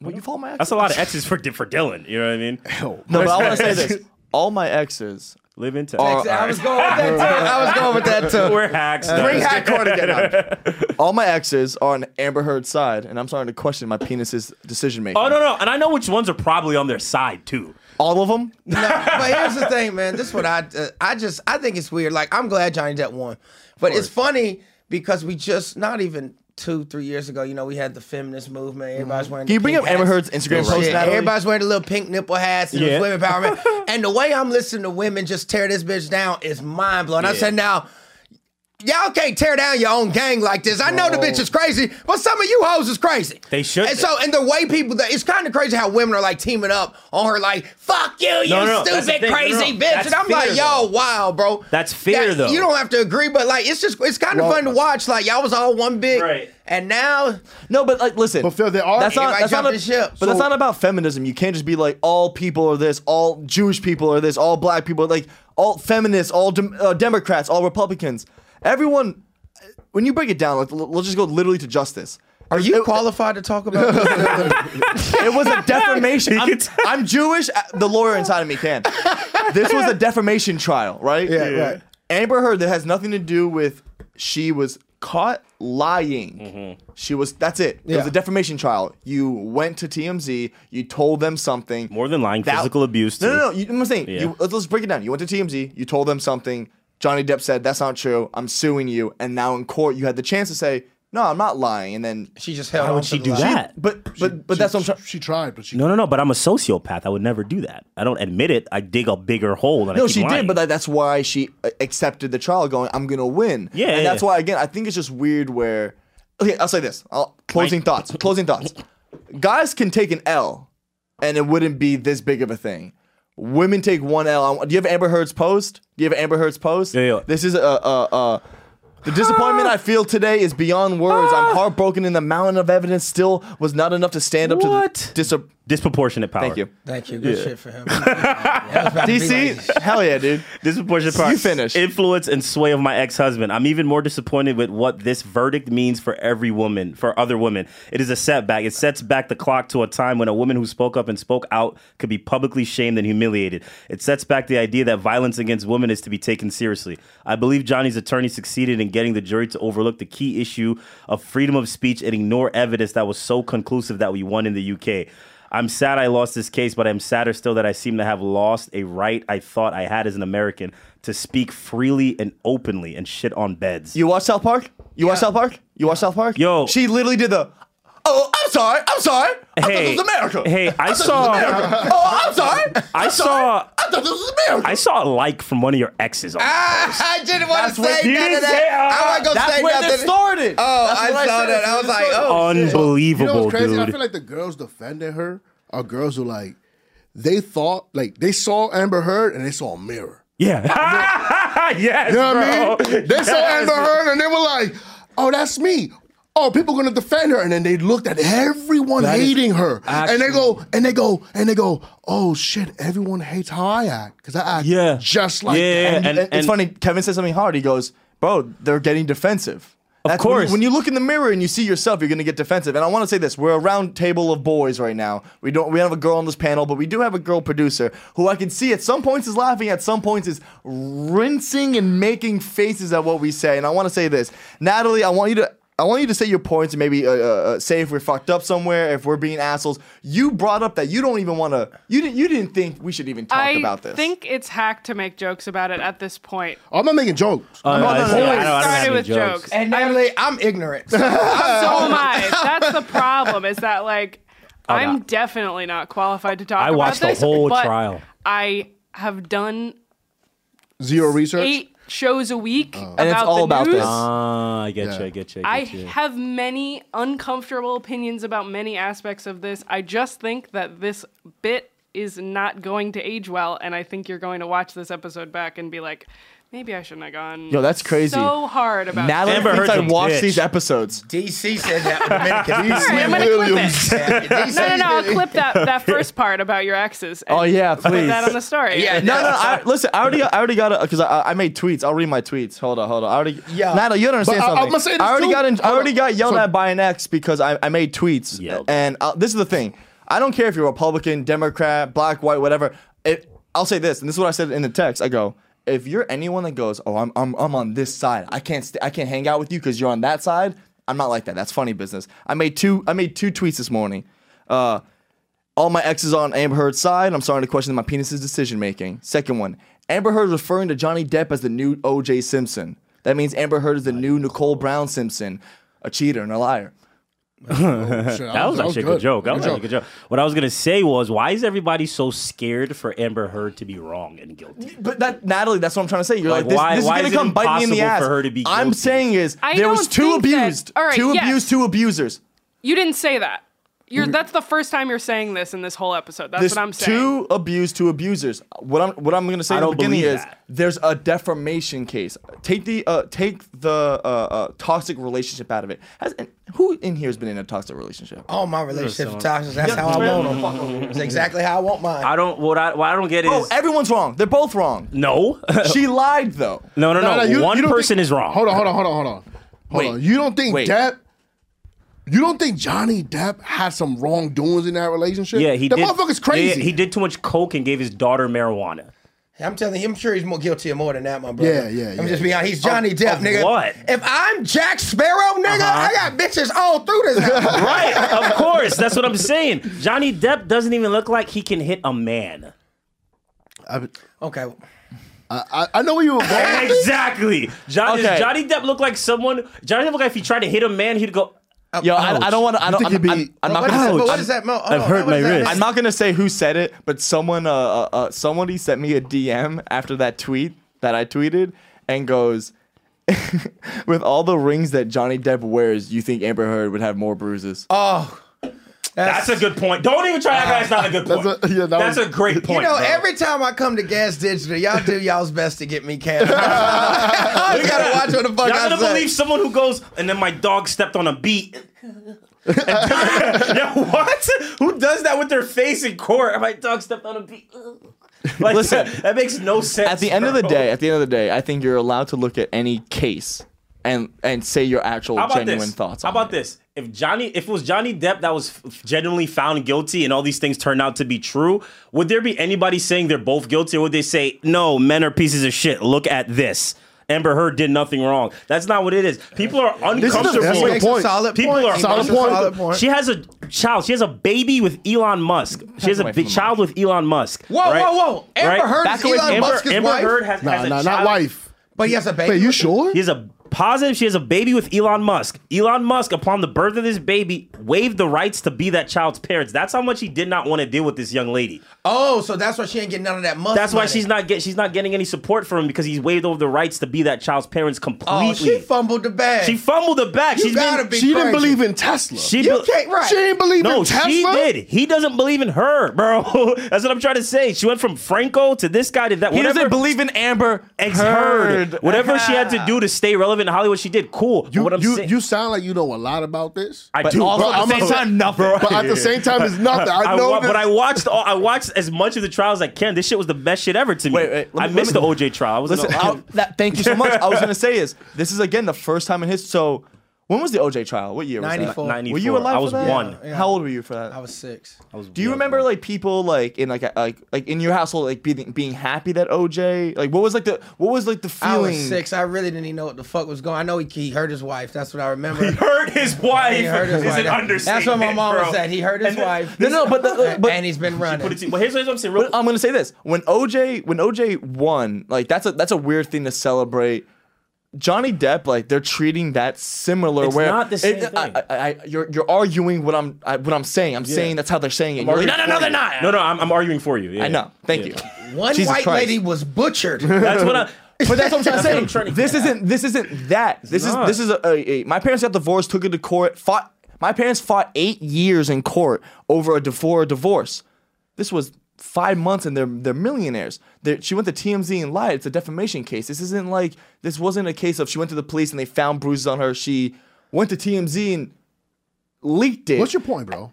Well, you follow my exes. That's a lot of exes for for Dylan. You know what I mean? No, but I want to say this. All my exes. Live in Oh, All Texas. I was going with that too. I was going with that too. We're hacks. though. Bring hat cardigan up. All my exes are on Amber Heard's side, and I'm starting to question my penis's decision making. Oh no no, and I know which ones are probably on their side too. All of them? No, but here's the thing, man. This is what I uh, I just I think it's weird. Like I'm glad Johnny Depp won, but it's funny because we just not even two three years ago. You know, we had the feminist movement. Everybody's Mm-hmm. Can wearing. the you bring pink up Amber hats. Heard's Instagram Shit, post, Natalie? Everybody's wearing the little pink nipple hats and Yeah. the women power. and the way I'm listening to women just tear this bitch down is mind blowing. I said now. Y'all can't tear down your own gang like this. I know the bitch is crazy, but some of you hoes is crazy. They shouldn't. And so, and the way people, that it's kind of crazy how women are like teaming up on her, like "fuck you, you No, no, that's the stupid thing. No, no, crazy no. bitch," That's and I'm fear, like, "Yo, though. wow, bro." That's fear, though. You don't have to agree, but like, it's just it's kind of fun to watch. Like y'all was all one big, Right. and now No, but like, listen. But Phil, there are. That's not. Everybody That's not jumping a- ship. But that's So- not about feminism. You can't just be like all people are this, all Jewish people are this, all Black people are like all feminists, all dem- uh, Democrats, all Republicans. Everyone, when you break it down, like, l- let's just go literally to justice. are you qualified to talk about this? It was a defamation. I'm, I'm Jewish. uh, The lawyer inside of me can. This was a defamation trial, right? Yeah, Yeah. right. Amber Heard that has nothing to do with she was caught lying. She was. That's it. It was Yeah. a defamation trial. You went to TMZ. You told them something. More than lying, That- physical abuse. Too. No, no, no. You, I'm saying. Yeah. You, let's, let's break it down. You went to TMZ. You told them something. Johnny Depp said that's not true. I'm suing you. And now in court, you had the chance to say, "No, I'm not lying." And then, She just held. Why on would to she the do line. that? but, but, but that's what I'm trying. She tried, but she. No, no, no. But I'm a sociopath. I would never do that. I don't admit it. I dig a bigger hole. And I No, keep she lying. did, but that, that's why she uh, accepted the trial, going, "I'm gonna win." Yeah, and yeah, that's yeah. why again, I think it's just weird. Where okay, I'll say this. I'll, closing thoughts. Closing thoughts. Guys can take an L, and it wouldn't be this big of a thing. Women take one L. I- Do you have Amber Heard's post? Do you have Amber Heard's post? Yeah, yeah. This is a. a, a the disappointment I feel today is beyond words. Ah. I'm heartbroken, and the mountain of evidence still was not enough to stand up What? to the dis- disproportionate power. Thank you, Thank you. Good shit for him. That was about to be like- DC. Hell yeah, dude. Disproportionate power. You finish. Influence and sway of my ex-husband. I'm even more disappointed with what this verdict means for every woman, for other women. It is a setback. It sets back the clock to a time when a woman who spoke up and spoke out could be publicly shamed and humiliated. It sets back the idea that violence against women is to be taken seriously. I believe Johnny's attorney succeeded in getting the jury to overlook the key issue of freedom of speech and ignore evidence that was so conclusive that we won in the UK. I'm sad I lost this case, but I'm sadder still that I seem to have lost a right I thought I had as an American to speak freely and openly and shit on beds. You watch South Park? You watch South Park? You watch South Park? Yo. she literally did the. Oh, I'm sorry. I'm sorry. I thought this was America. Hey, I, saw, Oh, I'm sorry. I saw, I thought this was America. I saw a like from one of your exes. On I, I didn't want That's to what- say you none didn't of that. say, I wasn't gonna That's say where nothing. this started. Oh, That's I what saw said. that. That's I where was this like, started. oh. You know Unbelievable, what's crazy? I dude. feel like the girls defending her are girls who like they thought like they saw Amber Heard and they saw a mirror. yeah. yes, You know what bro. I mean? They saw Yes. Uh, Amber Heard and they were like, "Oh, that's me." Oh, people gonna defend her, and then they looked at everyone is hating her, and they actually- go, and they go, and they go, "Oh shit, everyone hates how I act because I act Yeah. just like Yeah, that." yeah, and- it's funny. Kevin said something hard. He goes, "Bro, they're getting defensive." Of course. When you, look in the mirror and you see yourself, you're gonna get defensive. And I want to say this: we're a round table of boys right now. We don't. We don't have a girl on this panel, but we do have a girl producer who I can see at some points is laughing, at some points is rinsing and making faces at what we say. And I want to say this, Natalie. I want you to. I I want you to say your points and maybe uh, uh, uh, say if we're fucked up somewhere, if we're being assholes. You brought up that you don't even want to. You didn't. You didn't think we should even talk I about this. think it's hack to make jokes about it at this point. I'm not making jokes. Oh, no, it's- no, no, I don't- I don't have started any with jokes. And namely, I'm ignorant. So Uh, so am I. That's the problem. Is that like I'm definitely not qualified to talk. I about watched the this, whole but trial. I have done Zero research. eight shows a week, about And it's all the about news. this. Ah, I get Yeah. you. I get you. I get you. have many uncomfortable opinions about many aspects of this. I just think that this bit is not going to age well, and I think you're going to watch this episode back and be like, maybe I shouldn't have gone. Yo, that's crazy. So hard about Natalie Amber thinks I Heard's a watched bitch. these episodes. DC said that for a minute. 'cause All right, I'm gonna clip it. said- DC No, no, no. I'll clip that, that first part about your exes. and Oh yeah, Put please. that on the story. Yeah, No, no, I, listen. I already, I already got it because I, I made tweets. I'll read my tweets. Hold on, hold on. I already, Yeah. Natalie, you don't understand But I- I'm something. gonna say this I already too. got, in, I Hold already on. got yelled So- at by an ex because I, I made tweets. Yelled. And I, this is the thing. I don't care if you're Republican, Democrat, black, white, whatever. It, I'll say this, and this is what I said in the text. I go, if you're anyone that goes, oh, I'm, I'm, I'm on this side. I can't, st- I can't hang out with you because you're on that side. I'm not like that. That's funny business. I made two, I made two tweets this morning. Uh, all my exes on Amber Heard's side. I'm starting to question my penis's decision making. Second one, Amber Heard referring to Johnny Depp as the new O.J. Simpson. That means Amber Heard is the new Nicole Brown Simpson, a cheater and a liar. That was actually a good joke. That was actually a good joke. What I was gonna say was, why is everybody so scared for Amber Heard to be wrong and guilty? But that Natalie, that's what I'm trying to say. You're like, Like, this, why- this why is is gonna it come bite me in the impossible ass. for her to be I'm guilty? saying is I there don't was two think that- abused, all right, two yes. abused, two abusers. You didn't say that. You're, that's the first time you're saying this in this whole episode. That's There's what I'm saying. two abused, two abusers. What I'm what I'm gonna say I in the don't beginning believe is that. there's a defamation case. Take the uh, take the uh, uh, toxic relationship out of it. Has, and who in here has been in a toxic relationship? All my relationships are toxic. That's how Uh, I want them. That's exactly how I want mine. I don't. What I what I don't get Oh, is everyone's wrong. They're both wrong. no, She lied though. no, no, no. you- One you don't person think- is wrong. Hold on, hold on, hold on, hold on. Hold Wait. on. You don't think Wait. Depp? You don't think Johnny Depp had some wrongdoings in that relationship? Yeah, he that did. motherfucker's crazy. yeah, he did too much coke and gave his daughter marijuana. I'm telling you, I'm sure he's more guilty of more than that, my brother. Yeah, yeah, I'm yeah. just being honest. He's Johnny Depp, nigga. what? Uh-huh. If I'm Jack Sparrow, nigga, I got bitches all through this house. Right, of course. That's what I'm saying. Johnny Depp doesn't even look like he can hit a man. I, okay. I, I know where you were going. Exactly. Johnny, does Okay. Johnny Depp looked like someone. Johnny Depp looked like if he tried to hit a man, he'd go. Yo, I, I don't want to. I don't. think I'm, he'd be- I'm- I'm not What is gonna. that, but I'm- what is that? Mo- hold I've on, hurt what is my that? wrist. I'm not gonna say who said it, but someone, uh, uh, uh, somebody sent me a DM after that tweet that I tweeted, and goes, "With all the rings that Johnny Depp wears, you think Amber Heard would have more bruises?" Oh, That's a good point. Don't even try to act like that's not a good point. That's That's a- a, yeah, that was- great point. You know, bro. every time I come to Gas Digital, y'all do y'all's best to get me cash. I always gotta watch what the fuck Y'all I gonna say. believe someone who goes and then my dog stepped on a beat. yeah, what? Who does that with their face in court? My dog stepped on a beat. Like, Listen, that, that makes no sense. at the end of the bro. day, at the end of the day, I think you're allowed to look at any case and and say your actual how about genuine this? thoughts. How on about it. this? If Johnny, if it was Johnny Depp that was f- genuinely found guilty and all these things turned out to be true, would there be anybody saying they're both guilty, or would they say, "No, men are pieces of shit. Look at this." Amber Heard did nothing wrong. That's not what it is. People are is the- uncomfortable. that's a good Makes a point. solid People point. are Solid uncomfortable. point. Solid point. She has a child. She has a baby with Elon Musk. She has a away from big the child with Elon Musk. Whoa, right? whoa, whoa. Amber Right? Heard Back is away Elon from Amber, Musk's Amber wife, Heard has, Nah, has a nah, not child. wife. but he has a baby. Wait, you sure? She has a positive. She has a baby with Elon Musk. Elon Musk, upon the birth of this baby, waived the rights to be that child's parents. That's how much he did not want to deal with this young lady. Oh, so that's why she ain't getting none of that money. That's why she's not get she's not getting any support from him because he's waived over the rights to be that child's parents completely. Oh, she fumbled the bag. She fumbled the bag. You She's gotta been, be She didn't crazy. believe in Tesla. She You be- can't right. She didn't believe No, in Tesla. she did. He doesn't believe in her, bro. That's what I'm trying to say. She went from Franco to this guy to that. He whatever doesn't believe in Amber Ex- heard. Heard. Whatever she had to do to stay relevant in Hollywood, she did. Cool. But You, what I'm you, saying, you sound like you know a lot about this. I But do. also bro, at I'm the a- same time, nothing. But at the same time, it's nothing. I I know wa- this. but I watched all, I watched as much of the trials as I can. This shit was the best shit ever to me. Wait, wait, let I me- missed the let me- OJ trial. I was Listen, I, that, thank you so much. I was gonna say is this is again the first time in his so When was the OJ trial? What year was that? 94. Were you alive? I for was that? one. Yeah. How old were you for that? I was six. I was Do you real remember drunk. like people like in like a, like like in your household like being being happy that OJ like what was like the what was like the feeling? I was six. I really didn't even know what the fuck was going. I know he, he hurt his wife. That's what I remember. He hurt his wife. He hurt his is wife. an understatement. That's what my mom bro. said. He hurt his And then- wife. No, no, but the- but- and he's been Put it running. to- Well, here's, here's what I'm saying. Real, But uh, I'm gonna say this: when OJ when OJ won, like that's a that's a weird thing to celebrate. Johnny Depp, like they're treating that similar. It's where not the same I- thing. I, I, I, you're you're arguing what I'm I, what I'm saying. I'm saying that's how they're saying it. You're like, no, no, no, they're not. no, no, I'm, I'm arguing for you. Yeah, I know. Thank Yeah. you. One Jesus white Christ. lady was butchered. That's what I. But that's what I'm trying to That's say. what I'm trying to this get at. isn't this isn't that. this not. is this is a, a, a- my parents got divorced, took it to court, fought my parents fought eight years in court over a divorce divorce. This was five months and they're they're millionaires. They're, she went to TMZ and lied. It's a defamation case. This isn't like this wasn't a case of she went to the police and they found bruises on her. She went to TMZ and leaked it. What's your point, bro?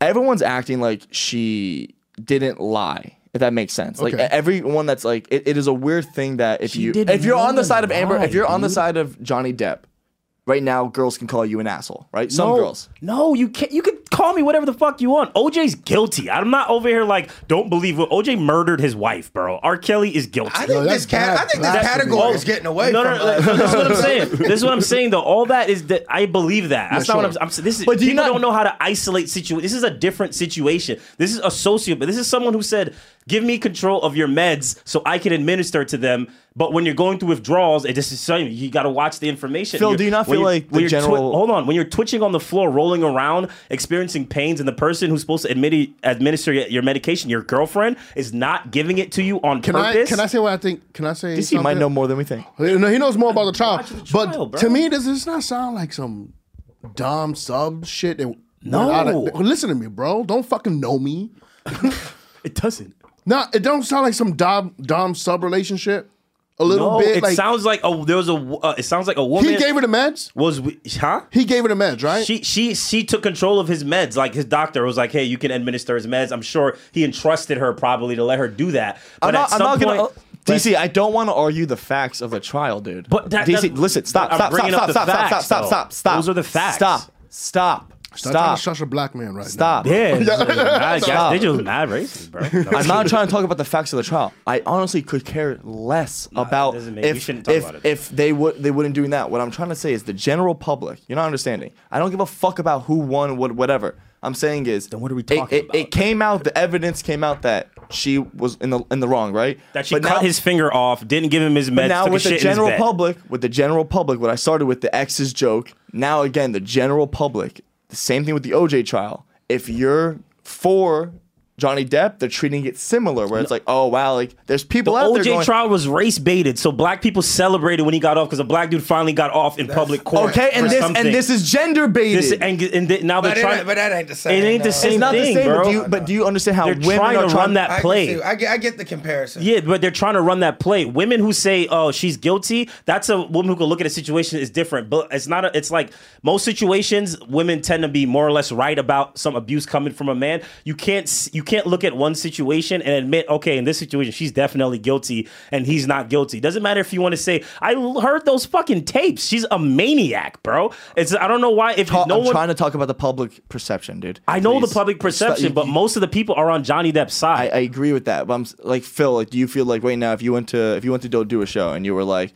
Everyone's acting like she didn't lie. If that makes sense, like Okay. everyone that's like, it, it is a weird thing that if you did if you're on the not side of Amber, lie, if you're on the dude. side of Johnny Depp, right now girls can call you an asshole, right? Some no, girls. No, you can't. You can call me whatever the fuck you want. OJ's guilty. I'm not over here like don't believe what OJ murdered his wife, bro. R. Kelly is guilty. I think No, that's this cat. I bad think this blasphemy. category Oh. is getting away no, from no, no, us. no, This is what I'm saying. This is what I'm saying, though. All that is that I believe that. That's Yeah, not what sure. I'm. I'm saying. this is, But do you people not- don't know how to isolate situation. This is a different situation. This is a sociopath. This is someone who said, "Give me control of your meds so I can administer to them." But when you're going through withdrawals, it just is something you got to watch the information. Phil, You're- do you not when feel you're- like the when you're twi- general- hold on, when you're twitching on the floor, rolling around, experiencing pains, and the person who's supposed to admit, administer your your medication, your girlfriend, is not giving it to you on Can I purpose. can I say what I think? Can I say? This he might something? know more than we think. No, he knows more about the trial. Watch the but trial, bro. to me, does this not sound like some dumb sub shit? That No. listen to me, bro. Don't fucking know me. it doesn't. No, it don't sound like some dom dom sub relationship. A little No, bit. it like sounds like a there was a w- uh, it sounds like a woman he gave her the meds. was wi- huh. He gave her the meds, right? She she she took control of his meds. Like his doctor was like, "Hey, you can administer his meds." I'm sure he entrusted her probably to let her do that. But I'm not, at I'm some not point, gonna. uh, DC, I don't want to argue the facts of the trial, dude. But that- DC, that- listen, stop, I'm stop, stop, bringing up stop, the stop, stop, facts, stop, though. stop, stop. Those are the facts. Stop, stop, Stop trying stop, to shush a black man right stop. yeah, it's just mad, Stop. they just mad racist, bro. I'm not trying to talk about the facts of the trial. I honestly could care less about doesn't make- we if shouldn't talk if, about it. if they would they wouldn't doing that. What I'm trying to say is the general public. You're not understanding. I don't give a fuck about who won what whatever. I'm saying is then what are we it, talking it, It about? came out. The evidence came out that she was in the in the wrong, right? That she But cut now- his finger off, didn't give him his but meds. now took a with shit the in his general bed. public, with the general public, what I started with the ex's joke. Now again, the general public. The same thing with the OJ trial. If you're for Johnny Depp, they're treating it similar, where it's like, oh wow, like there's people The out there OJ going, trial was race baited, so black people celebrated when he got off because a black dude finally got off in public court. okay, and for this something. and this is gender baited. This- and, and th- now But, they're it trying. ain't- but that ain't the same. it ain't the no. same it's not thing, the same, bro. but do you but do you understand how They're women trying are to trying run that I, play. Can see, I, get, I get the comparison. Yeah, but they're trying to run that play. Women who say, "Oh, she's guilty," that's a woman who can look at a situation is different. But it's not. A, it's like most situations, women tend to be more or less right about some abuse coming from a man. You can't. s- You can't look at one situation and admit, okay, in this situation, she's definitely guilty and he's not guilty. Doesn't matter if you want to say, "I l- heard those fucking tapes." She's a maniac, bro. It's. I don't know why. If Ta- no I'm one. trying to talk about the public perception, dude. I know Please. the public perception, but most of the people are on Johnny Depp's I, side. I agree with that. But I'm s- like Phil. Like, do you feel like right now, if you went to if you went to do, do a show and you were like,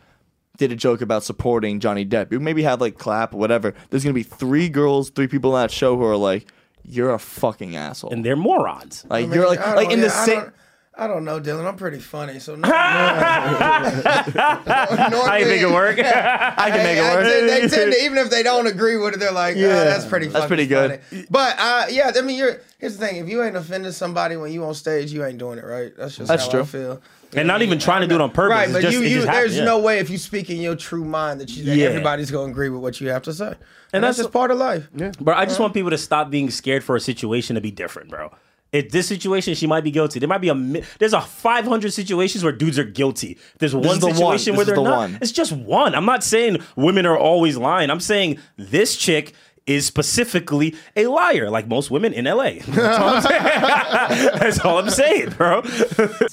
did a joke about supporting Johnny Depp, you maybe had like clap, whatever. There's gonna be three girls, three people on that show who are like, you're a fucking asshole. and they're morons. like I you're mean, like I like don't- in the yeah, I same. don't- I don't know, Dylan. I'm pretty funny, so now. no, You know what I I ain't mean? think it work. I can make it I- work. They, they tend to, even if they don't agree with it, they're like, yeah, Yeah. that's pretty. That's fucking pretty good. funny." But uh, yeah, I mean, you're here's the thing: if you ain't offended somebody when you on stage, you ain't doing it right. That's just That's how I true. feel. and not even trying to do it on purpose. Right, It's but just- you, it you just happened, there's yeah. no way if you speak in your true mind that, you, that Yeah. everybody's gonna agree with what you have to say, and, that's that's, just part of life. Yeah. Bro, I just want people to stop being scared for a situation to be different, bro. If this situation, she might be guilty. There might be a mi- there's a 500 situations where dudes are guilty. There's one is the one. situation where This they're is the not. one. It's just one. I'm not saying women are always lying. I'm saying this chick is specifically a liar, like most women in LA. That's all I'm saying, That's all I'm saying bro.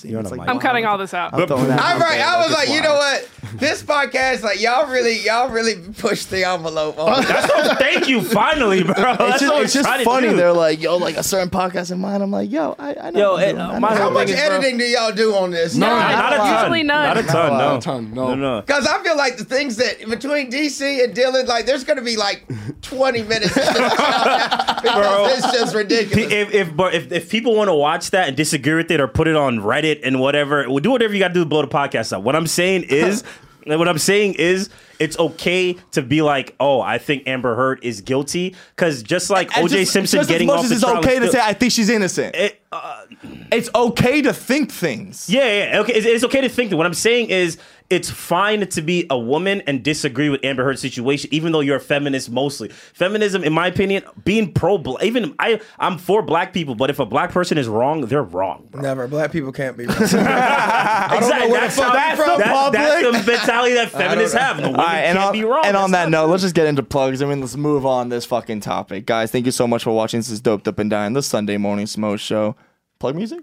You're on a mic. I'm cutting all this out. I'm throwing that All out right, there. I was like, you know what? this podcast, like y'all really, y'all really push the envelope. On. That's all, thank you, finally, bro. It's That's just, what it's I'm just trying to funny. do. They're like, yo, like a certain podcast in mind. I'm like, yo, I, I know. Yo, what I'm and, doing. uh, I my know whole How what I'm much thing doing. is, bro- editing do y'all do on this? Not, not a Usually ton. none. Not a Not a ton. lot, no. a ton, no. no. No. Because I feel like the things that between DC and Dylan, like there's gonna be like 20 minutes of this because Bro. it's just ridiculous. If if but if, if people want to watch that and disagree with it or put it on Reddit and whatever, well, do whatever you got to do to blow the podcast up. What I'm saying is, what I'm saying is, it's okay to be like, oh, I think Amber Heard is guilty because just like And OJ just- Simpson just getting as much off as the it's trial is okay to still- say I think she's innocent. It- uh, it's okay to think things. yeah, yeah, okay. It's, it's okay to think that. What I'm saying is, it's fine to be a woman and disagree with Amber Heard's situation, even though you're a feminist mostly. Feminism, in my opinion, being pro, black even I, I'm for black people, but if a black person is wrong, they're wrong. bro. Never. Black people can't be. Right. Exactly. where the That's, fuck how, you that's, from, that's, that's the mentality that don't feminists know. have. The women All right, and can't on, be wrong. and on That's that note, let's just get into plugs. I mean, let's move on this fucking topic, guys. Thank you so much for watching. This is doped up and dying. The Sunday morning smo show. Plug music.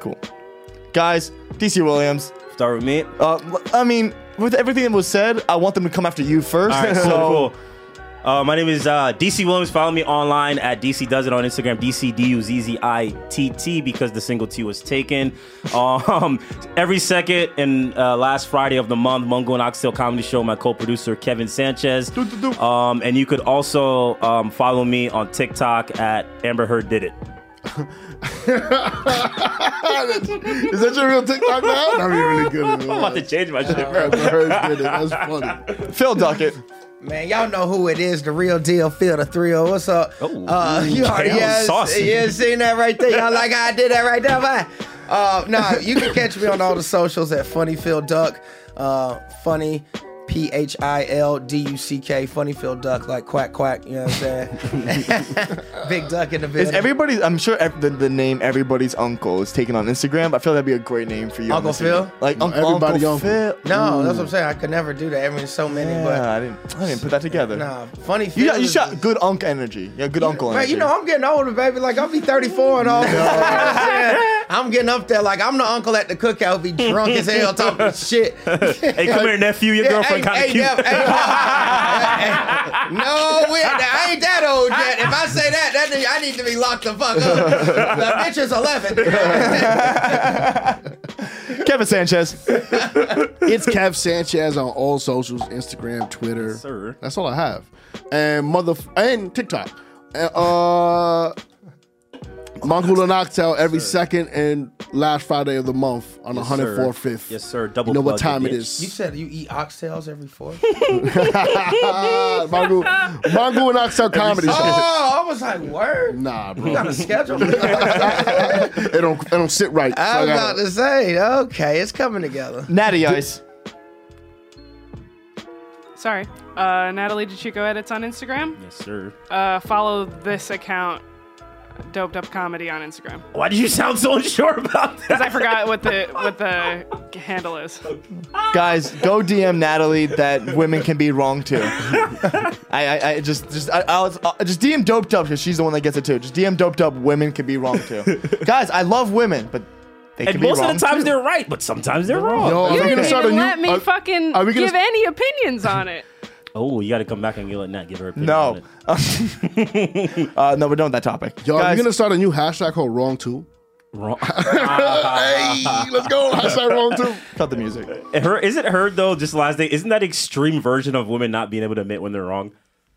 Cool, guys. DC Williams. not- start with me. Uh, l- I mean, with everything that was said, I want them to come after you first. All right, cool, so cool. Uh, my name is uh, DC Williams. Follow me online at DC Does It on Instagram, DC D U Z Z I T T, because the single T was taken. Um, every second and uh, last Friday of the month, Mungo and Oxtail Comedy Show, my co producer Kevin Sanchez. Um, and you could also um, follow me on TikTok at Amber Heard Did It. Is that your real TikTok now? That'd be really good. I'm I'm about to change my shit, bro. That's funny. Phil Duckett. Man, y'all know who it is, the real deal, Phil the Thrill. What's up? Oh, uh, you that already was yes, saucy. you ain't seen that right there. Y'all like how I did that right there, man. Uh, no, you can catch me on all the socials at Funny Phil Duck, uh, Funny P H I L D U C K, Funny Phil Duck, like quack quack. You know what I'm saying? Big duck in the Is building. everybody's? I'm sure ev- the, the name everybody's uncle is taken on Instagram. I feel that'd be a great name for you. on Uncle this email. Phil? Like Uncle everybody Uncle uncle. Phil. no, that's what I'm saying. I could never do that. I mean, there's so many, Yeah, I didn't. I didn't put that together. but nah, Funny Phil. You shot, you is shot just- good unk energy. Yeah, good uncle Man, energy. you know, I'm getting older, baby. Like, I'll be 34 and all. You know what I'm saying? I'm getting up there. Like, I'm the uncle at the cookout, be drunk as hell, talking shit. Hey, come here, nephew. Your girlfriend Yeah, kind of ain't- cute. ain't that- ain't- no, we ain't, I ain't that old yet. If I say that, that mean I need to be locked the fuck up. The bitch is 11. Kevin Sanchez. It's Kev Sanchez on all socials: Instagram, Twitter. sir. That's all I have, and mother and TikTok. And, Uh, Mongol and Oxtail every second and last Friday of the month on the Yes, sir. 104.5th. Yes, sir. Double You know what plug time it, it bitch. is. you said you eat oxtails every four? Ah, Mongo, Mongo and Oxtail comedy show. Oh, I was like, word? Nah, You bro. got a schedule? it don't it don't sit right. So I I was gotta- about to say, okay, it's coming together. Natty Ice. Sorry. Uh, Natalie DeChico edits on Instagram. Yes, sir. Uh, follow this account, Doped Up Comedy on Instagram. Why did you sound so unsure about that? Because I forgot what the what the handle is. Guys, go DM Natalie that women can be wrong too. I, I, I just just I, I was, uh, just DM doped up because she's the one that gets it too. Just DM doped up women can be wrong too. Guys, I love women, but they can And be most wrong of the times too. they're right, but sometimes they're wrong. Yo, are we You gonna didn't start a even new- let me are- fucking are we gonna s- give any opinions on it. Oh, you got to come back and you let Nat give her opinion. on no. it. uh, no, we're done with that topic. Yo, are Guys, we gonna start a new hashtag called Wrong Two? Wrong. hey, let's go. Hashtag Wrong Two. cut the music. her is it her though? Just last day, isn't that extreme version of women not being able to admit when they're wrong?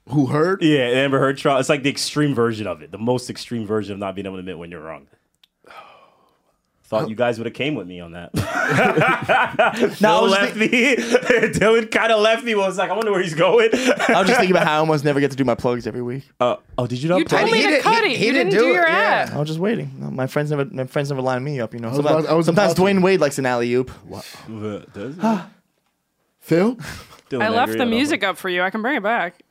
Who heard? Yeah, Amber Heard trial. It's like the extreme version of it, the most extreme version of not being able to admit when you're wrong. Thought you guys would have came with me on that. No, I Phil was, left just me. Dylan kind of left me. I was like, I wonder where he's going. I was just thinking about how I almost never get to do my plugs every week. Uh, oh, did you not? You plug told he me to did- cut he- it. he You didn't didn't do do it, your yeah. ad. I was just waiting. No, My friends never, my friends never line me up. You know, about- sometimes, I was sometimes about to- Dwayne Wade likes an alley oop. it? Does it? Dylan Phil. I left agree, the don't music up for you. I can bring it back.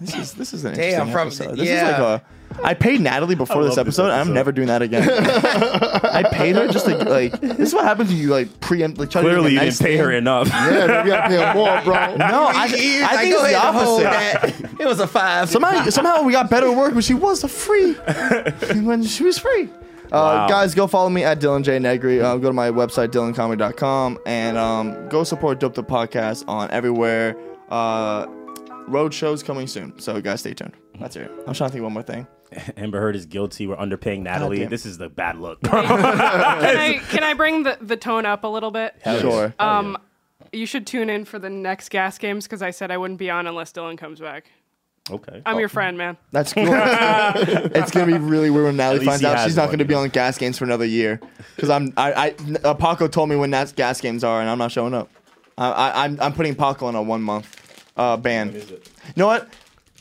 This is this is an Damn, interesting from- episode. This is yeah. like a. I paid Natalie before this love this episode, and episode. I'm never doing that again. I paid her just to like. This is what happens when you like preempt. Like, try to do Clearly, a you nice didn't pay her thing. enough. Yeah, man, we gotta pay him more, bro. No, I, I He was like, think go it's the ahead and hold opposite. that. It was a five. Somehow, somehow we got better work when she was a free. when she was free. Wow. Uh, guys, go follow me at Dylan J. Negri. Uh, go to my website, dylancomedy.com, and um, go support Dope the Podcast on everywhere. Uh, road shows coming soon. So, guys, stay tuned. Mm-hmm. That's it. I'm trying to think of one more thing. Amber Heard is guilty. We're underpaying Natalie. Goddamn. This is the bad look. Can I, can I bring the, the tone up a little bit? Sure. Um, You should tune in for the next gas games because I said I wouldn't be on unless Dylan comes back. okay. I'm your friend, man. That's cool. it's gonna be really weird when Natalie least finds he out has she's not one. gonna be on gas games for another year. Because I'm, I, I, Paco told me when Nat's gas games are, and I'm not showing up. I, I, I'm, I'm putting Paco on a one month uh, ban. You know what?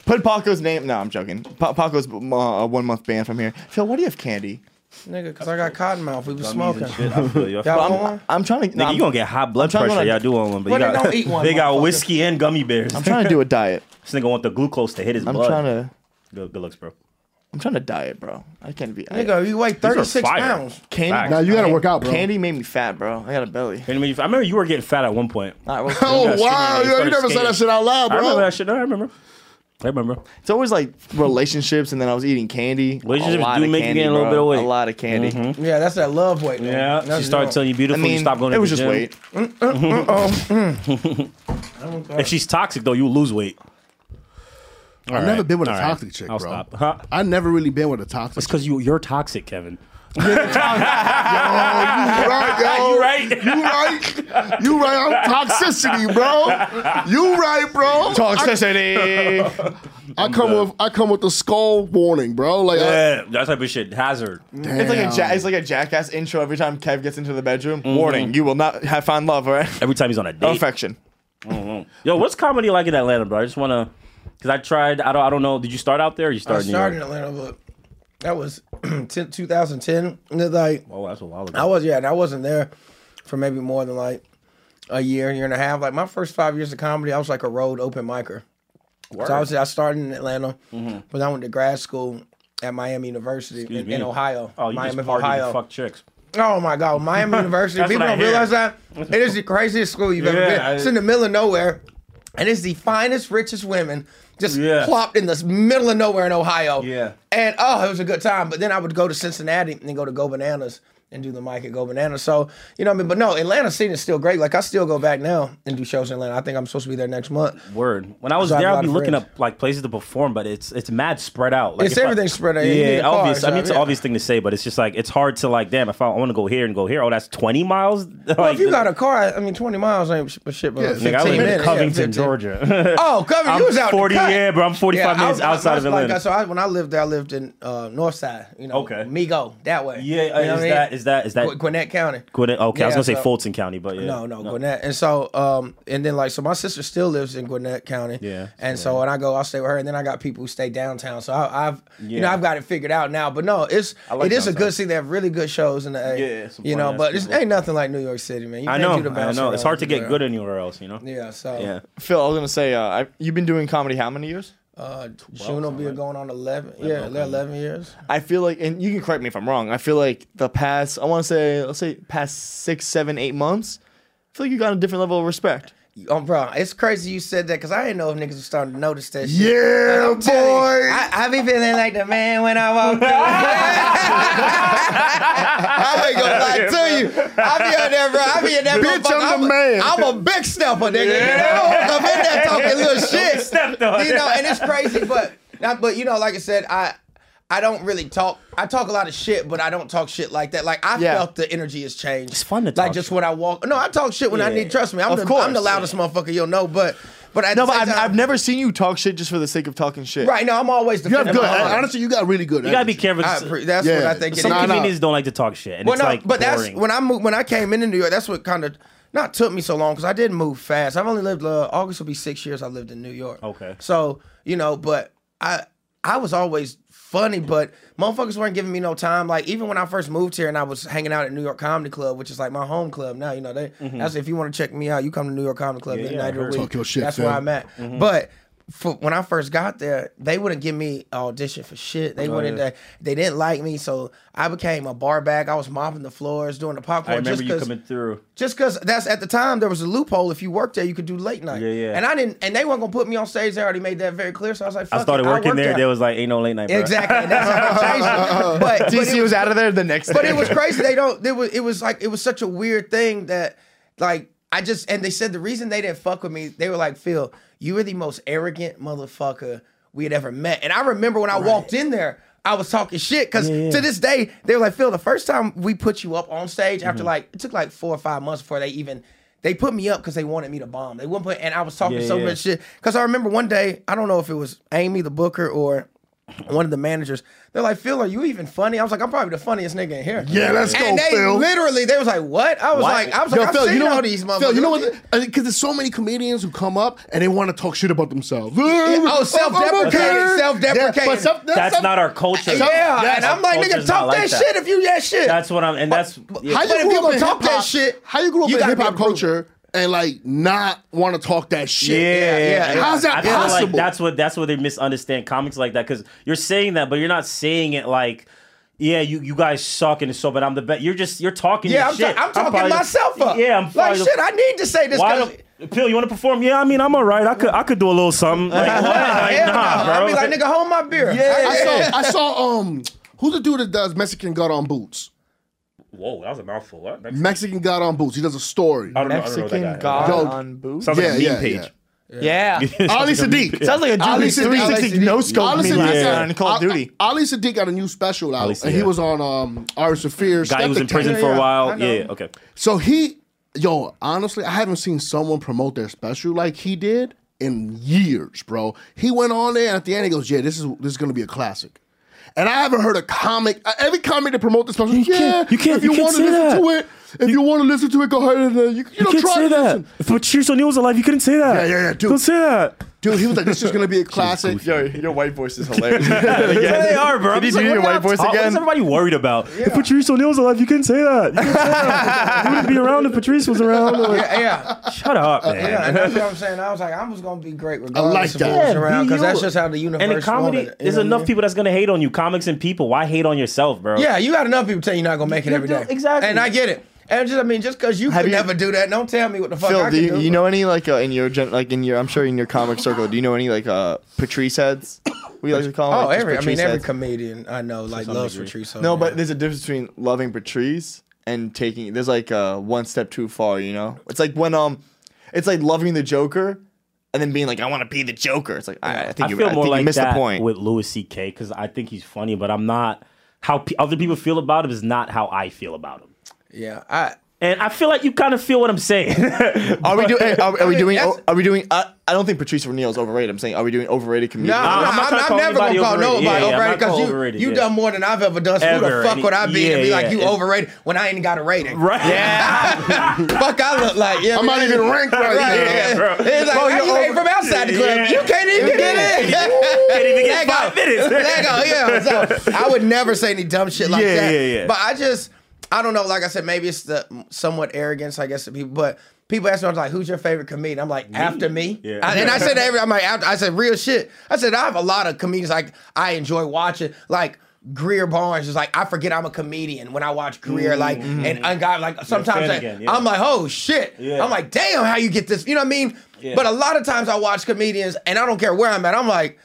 Put Paco's name. No, I'm joking. Pa- Paco's uh, a one month ban from here. Phil, why do you have candy? Nigga, because I got cotton mouth. We was Smoking. smoking. I feel you. I feel Y'all you. want one? I'm trying to. no, Nigga, I'm, you gonna get high blood trying pressure. to- Y'all do want one, but Well, you they got, don't eat one, they got motherfucker. whiskey and gummy bears. I'm trying to do a diet. This nigga want the glucose to hit his I'm blood. trying to. Good, good looks, bro. I'm trying to diet, bro. I can't be. I, Nigga, you weigh 36 fire. pounds. candy. Facts. Now you gotta work out, bro. Candy made me fat, bro. I got a belly. Anybody- I remember you were getting fat at one point. All right, well, Oh wow, skinny, you yo, you started never said skinny. that shit out loud, I remember bro. that shit. No, I remember. I remember. It's always like relationships, and then I was eating candy. Relationships a lot do of make you candy, gain a little bro. bit of weight. A lot of candy. Yeah, that's that love weight. man. Yeah, That's she started real. telling you I beautiful. mean, you stop going. it to was the just gym. weight. If she's toxic though, you lose weight. I've never been with a All right. toxic chick, I'll bro. stop. Huh? I've never really been with a It's toxic. because you you're toxic, Kevin. you right, yo. Oh. You right? You right. You right. I'm toxicity, bro. You right, bro. Toxicity. I come with I come with the skull warning, bro. Like, I, Yeah, that type of shit. Hazard. it's like a ja- it's like a jackass intro every time Kev gets into the bedroom. Mm-hmm. Warning: You will not have find love or Every time he's on a date. affection. Yo, what's comedy like in Atlanta, bro? I just wanna, cause I tried. I don't. I don't know. Did you start out there? or You I started. in New started in York? Atlanta, but that was 10, 2010. And it's like, Oh, that's a while ago. I was, yeah, and I wasn't there for maybe more than like a year, year and a half. Like my first five years of comedy, I was like a road open micer. So I was, I started in Atlanta, Mm-hmm. but I went to grad school at Miami University in, me. in Ohio. Oh, you Miami just of partied Ohio. and fucked chicks. Oh my God, Miami University. That's People what I don't hear. realize that. It is the craziest school you've ever Yeah, been. I- It's in the middle of nowhere. And it's the finest, richest women just Yeah. plopped in the middle of nowhere in Ohio. Yeah. And oh, it was a good time. But then I would go to Cincinnati and then go to Go Bananas and do the mic at Go Bananas. So, you know what I mean? But no, Atlanta scene is still great. Like I still go back now and do shows in Atlanta. I think I'm supposed to be there next month. Word. When I was So I have there, a I'd lot be of looking friends. up like places to perform, but it's it's mad spread out. Like, It's if I- everything spread out. You need Yeah, the obvious. cars, I mean, it's an yeah. obvious thing to say, but it's just like it's hard to like, damn, if I want to go here and go here, oh, that's twenty miles. Well, if you got a car, I mean, 20 miles ain't sh- shit, but Yeah, Nigga, I nigga, yeah, 15 live in minutes. Covington, yeah, 15. Georgia. Oh, Covington, I'm you was out 40 the cut. yeah, but I'm 45 I minutes was- I- outside of like, Atlanta. so I, when I lived there, I lived in uh, Northside. You know, Okay. Migo that way. yeah, you uh, know what is I mean? that is that is that Gw- Gwinnett County? Gwinnett? Okay, I was Yeah, gonna say so- Fulton County, but yeah, No, no, Gwinnett. And so, um, and then like, so my sister still lives in Gwinnett County. Yeah, And so, and I go, I'll stay with her, and then I got people who stay downtown. So I, I've, you know, Yeah. I've got it figured out now. But no, it's I like it is a downtown. good city. They have really good shows in the A. Yeah, some you know, funny-ass but it's people. ain't nothing like New York City, man. You I think know, you the I bounce know. It's around, hard to you get know. good anywhere else, you know. Yeah. So yeah. Phil, I was gonna say, uh, I, you've been doing comedy how many years? Uh, June will be going on eleven. Yeah, eleven years. I feel like, and you can correct me if I'm wrong. I feel like the past, I want to say, let's say past six, seven, eight months, I feel like you got a different level of respect. Oh, bro, it's crazy you said that because I didn't know if niggas was starting to notice that shit. yeah, Tell you, boy. I, I be feeling like the man when I walk through. I ain't gonna lie to you. I be in there, bro. I be in that Bitch, motherfucker. I'm the a- man. I'm a big stepper, nigga. You know, I'm in there talking little shit. you know, and it's crazy, but not, but you know, like I said, I. I don't really talk. I talk a lot of shit, but I don't talk shit like that. Like I Yeah. felt the energy has changed. It's fun to like talk just shit. when I walk. No, I talk shit when I Yeah. need. Trust me, I'm Of the I'm course. the loudest motherfucker you'll know. But but at No, the but same I've, time, I've never seen you talk shit just for the sake of talking shit. Right now, I'm always the. You have I'm good. always- Honestly, you got really good. You gotta be careful. I pre- that's Yeah. what I think. it Some is. Nah, nah. comedians don't like to talk shit, and Well, it's no, like but that's boring. when I moved, when I came into New York. That's what kind of not took me so long because I did move fast. I've only lived uh, August will be six years. I lived in New York. Okay. so you know, but I I was always funny, but motherfuckers weren't giving me no time. Like even when I first moved here and I was hanging out at New York Comedy Club, which is like my home club now. You know, they that's if you want to check me out, you come to New York Comedy Club Mm-hmm. Yeah, any yeah, I night of heard. the week. Talk your shit, that's Mm-hmm. Phil. where I'm at. But for when I first got there, they wouldn't give me an audition for shit. They wouldn't. They, they didn't like me, so I became a bar back. I was mopping the floors, doing the popcorn. I remember just you 'cause- coming through. just because that's at the time there was a loophole. If you worked there, you could do late night. Yeah, yeah. And I didn't, and they weren't gonna put me on stage. They already made that very clear. So I was like, Fuck I started it, I'll working work there. There There was like, ain't no late night. Bro. exactly. And that's how they changed it. But, but DC it was out of there the next but day. it was crazy. They don't. It was. It was like it was such a weird thing that like I just and they said the reason they didn't fuck with me, they were like, Phil, you were the most arrogant motherfucker we had ever met. And I remember when I walked in there. I was talking shit because to this day they were like Phil. The first time we put you up on stage Mm-hmm. after like it took like four or five months before they even they put me up because they wanted me to bomb. They wouldn't put and I was talking Yeah, so yeah. much shit because I remember one day I don't know if it was Amy the Booker or one of the managers. They're like Phil, are you even funny? I was like I'm probably the funniest nigga in here. Yeah, let's And go, they Phil. literally, they was like, "What?" I was like, "I was like, I've seen all what, these motherfuckers." Phil, you know what? Because there's so many comedians who come up and they want to talk shit about themselves. oh, self-deprecating, self-deprecating. but self- That's not our culture. yeah, yes, and I'm like, culture's not "Nigga, talk like that, that. shit if you that shit." That's what I'm, and that's yeah. How But you if grew people up in talk that hip hop- shit, How you grew up you in gotta hip be hop able to prove culture and like not want to talk that shit? Yeah, yeah, yeah. How's I that feel possible? like that's what that's what they misunderstand comics like that because you're saying that, but you're not saying it like, yeah, you you guys suck and it's so, but I'm the best. You're just you're talking. yeah, your I'm, shit. ta- I'm talking probably the- myself up. Yeah, I'm like, probably the- shit, I need to say this. Why 'cause- the, Phil, you want to perform? Yeah, I mean, I'm all right. I could I could do a little something. Like, what? Like, Hell nah, no. bro. I be like, "Nigga, hold my beer." Yeah. I- I saw, I saw um who's the dude that does Mexican God on Boots? Whoa, that was a mouthful. What? Mexican, Mexican God on Boots. He does a story. I don't know, I don't know that guy. Mexican God Yo, on boots. Sounds like a Yeah, meme yeah, page. Yeah. Ali Sadiq. Sounds like a dude Ali who's Sadiq. 360 no scope Ali me Sadiq last got- night on Call of Al- Duty. Ali Sadiq got a new special out, Ali and he Sadiq. was on um Ari Shafir's Guy who was in Skeptic Tank. prison for yeah, a I while. know. Yeah, okay. So he, yo, honestly, I haven't seen someone promote their special like he did in years, bro. He went on there and at the end he goes, "Yeah, this is this is gonna be a classic." And I haven't heard a comic, uh, every comic that promote this special, yeah, can't- you can't- if you, you can't want to say listen that. to it, if you, want to listen to it, go ahead and uh, you, you, know, try to listen. For Cheers O'Neal was alive, you couldn't say that. Yeah, yeah, yeah, dude. Don't say that. Dude, he was like, this is gonna be a classic. Yo, your white voice is hilarious. yeah, they are, bro. I'm Did he just do like, your what white y'all voice talk- What is again? everybody worried about? If Patrice O'Neal was alive, you couldn't say that. You couldn't say that. you wouldn't be around if Patrice was around. Like, Yeah, yeah. Shut up, man. Yeah, and that's what I'm saying. I was like, I'm just gonna be great regardless like of that. who's Yeah, around be because that's you. just how the universe. and in comedy, wanted it, you there's know what I enough mean? people that's gonna hate on you. Comics and people, why hate on yourself, bro? Yeah, you got enough people telling you you're not gonna make it You every do- day. exactly. And I get it. And just I mean, just because you Have could you- never do that, don't tell me what the fuck I Phil, do can you, do. you know any like uh, in your gen- like in your I'm sure in your comic circle, do you know any like uh Patrice heads? We like to call them. Oh, like, just every I mean Patrice every heads. comedian I know like loves Patrice. No, but there's a difference between loving Patrice and taking. There's like uh, one step too far, you know. It's like when um, it's like loving the Joker, and then being like, I want to be the Joker. It's like I, I think I you, feel I more think like you missed that the point. with Louis C.K. because I think he's funny, but I'm not. How pe other people feel about him is not how I feel about him. yeah, I And I feel like you kind of feel what I'm saying. are we doing? Are, are we mean, doing? that's- Are we doing? I, I don't think Patrice O'Neal is overrated. I'm saying, are we doing overrated comedians? no, I'm not I'm, not- trying to I'm call never gonna anybody call overrated. nobody Yeah, yeah, I'm not overrated because calling you overrated, you yeah. done more than I've ever done. So who Ever, the fuck and would I it- be and be yeah, like you yeah. overrated when I ain't got a rating? right? Yeah. Fuck, I look like yeah. I'm not even ranked right now. Yeah, bro. It's like, Bro, how you're you ain't over- from outside the club. Yeah. You can't even get in. Can't even get There go. five minutes. There go, yeah. So, I would never say any dumb shit like Yeah, that. yeah, yeah. But I just, I don't know. Like I said, maybe it's the somewhat arrogance, I guess, of people. But people ask me, I was like, "Who's your favorite comedian?" I'm like, "After me." Yeah. I- and I said, that every, "I'm like, after, I said real shit." I said, "I have a lot of comedians like I enjoy watching, like." Greer Barnes is like I forget I'm a comedian when I watch Greer like and ungodly like sometimes fan I, again, Mm-hmm. yeah. I'm like oh shit Yeah. I'm like damn how you get this you know what I mean but a lot of times I watch comedians and I don't care where I'm at I'm like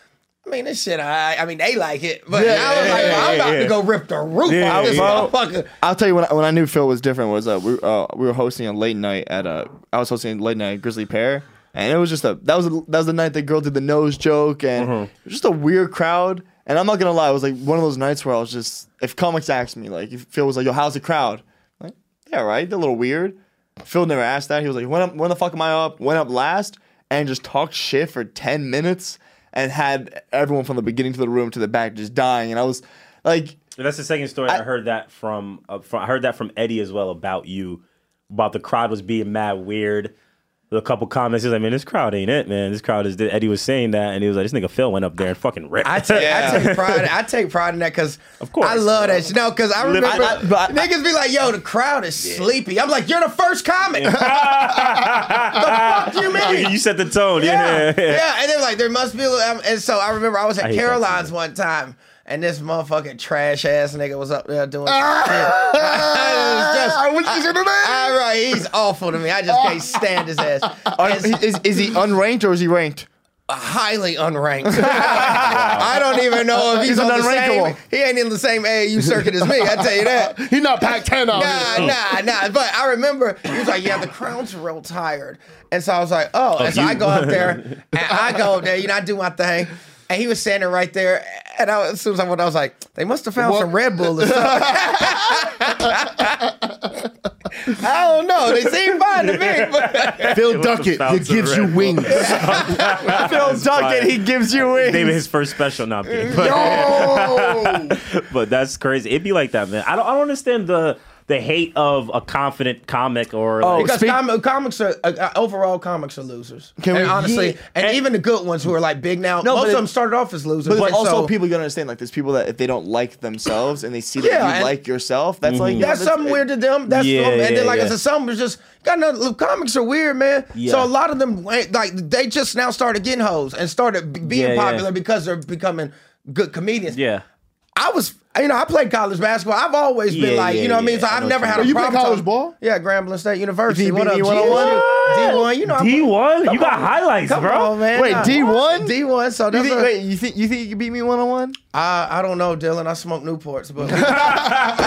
I mean, this shit, I, I mean, they like it, but I was like, yeah, I'm about yeah. to go rip the roof Yeah, off this yeah. motherfucker. I'll tell you when I, when I knew Phil was different was uh, we uh, we were hosting a late night at uh I was hosting a late night at Grizzly Pear and it was just a that was a, that was the night the girl did the nose joke and it was just a weird crowd and I'm not gonna lie it was like one of those nights where I was just if comics asked me like if Phil was like yo how's the crowd I'm like yeah right they're a little weird Phil never asked that he was like when up, when the fuck am I up went up last and just talked shit for ten minutes and had everyone from the beginning to the room to the back just dying and I was like. That's the second story I, heard that from, uh, from. I heard that from Eddie as well about you, about the crowd was being mad weird. a couple comments. He's like, man, this crowd ain't it, man. This crowd is. This. Eddie was saying that, and he was like, this nigga Phil went up there and fucking ripped. I take, I take pride. I take pride in that because Of course. I love that shit. No, because I remember I- I- but I- niggas be like, "Yo, the crowd is sleepy." I'm like, "You're the first comic." the fuck you mean? you set the tone. Yeah, Yeah. yeah. And they're like, there must be. A little, um, and so I remember I was at hate that Caroline's one time, and this motherfucking trash ass nigga was up there doing. some shit. I was just- I wish you said the name. I- Ah, right, he's awful to me. I just can't stand his ass. Un- It's is, is he unranked or is he ranked? highly unranked. I don't even know if he's, He's an on the unrankable. same. He ain't in the same AAU circuit as me. I tell you that. He not packed 10 out Nah, here. nah, nah. But I remember he was like, "Yeah, the crowd's real tired," and so I was like, "Oh," and so I you. go up there and I go up there. You know, I do my thing, and he was standing right there. And I, as soon as I went, I was like, "They must have found What? some Red Bull or something." I don't know. They seem fine to me, but Phil Duckett, fountain it gives you Red Bull. wings. Phil Duckett, he gives you wings. David, his first special, not me. But, but that's crazy. It'd be like that, man. I don't, I don't understand the the hate of a confident comic or like, because speak- com- comics are uh, uh, overall comics are losers. Can and we- honestly, Yeah. and, even the good ones who are like big now, No, most but of it- them started off as losers. But and also, so- people you gotta understand, like, there's people that if they don't like themselves and they see that Yeah, you and- like yourself, that's like yeah, That's something it- weird to them. That's Yeah, normal. and yeah, then like yeah. I said, some was just got nothing. Look, comics are weird, man. Yeah. So a lot of them ain't- like they just now started getting hoes and started b- being Yeah, yeah. popular because they're becoming good comedians. yeah. I was, you know, I played college basketball. I've always been Yeah, like, yeah, you know what I mean? yeah. So I I've know never what had a you mean. You played problem. college ball? Yeah, Grambling State University. What up, VBE 101? GSU? D1, you know. I'm- D one, you Come got on. highlights, Come bro. on, man. Wait, Nah. D1? D1. So You that's think, a- wait, you think you think you can beat me one on one? I, I don't know, Dylan. I smoke Newports, but Yo,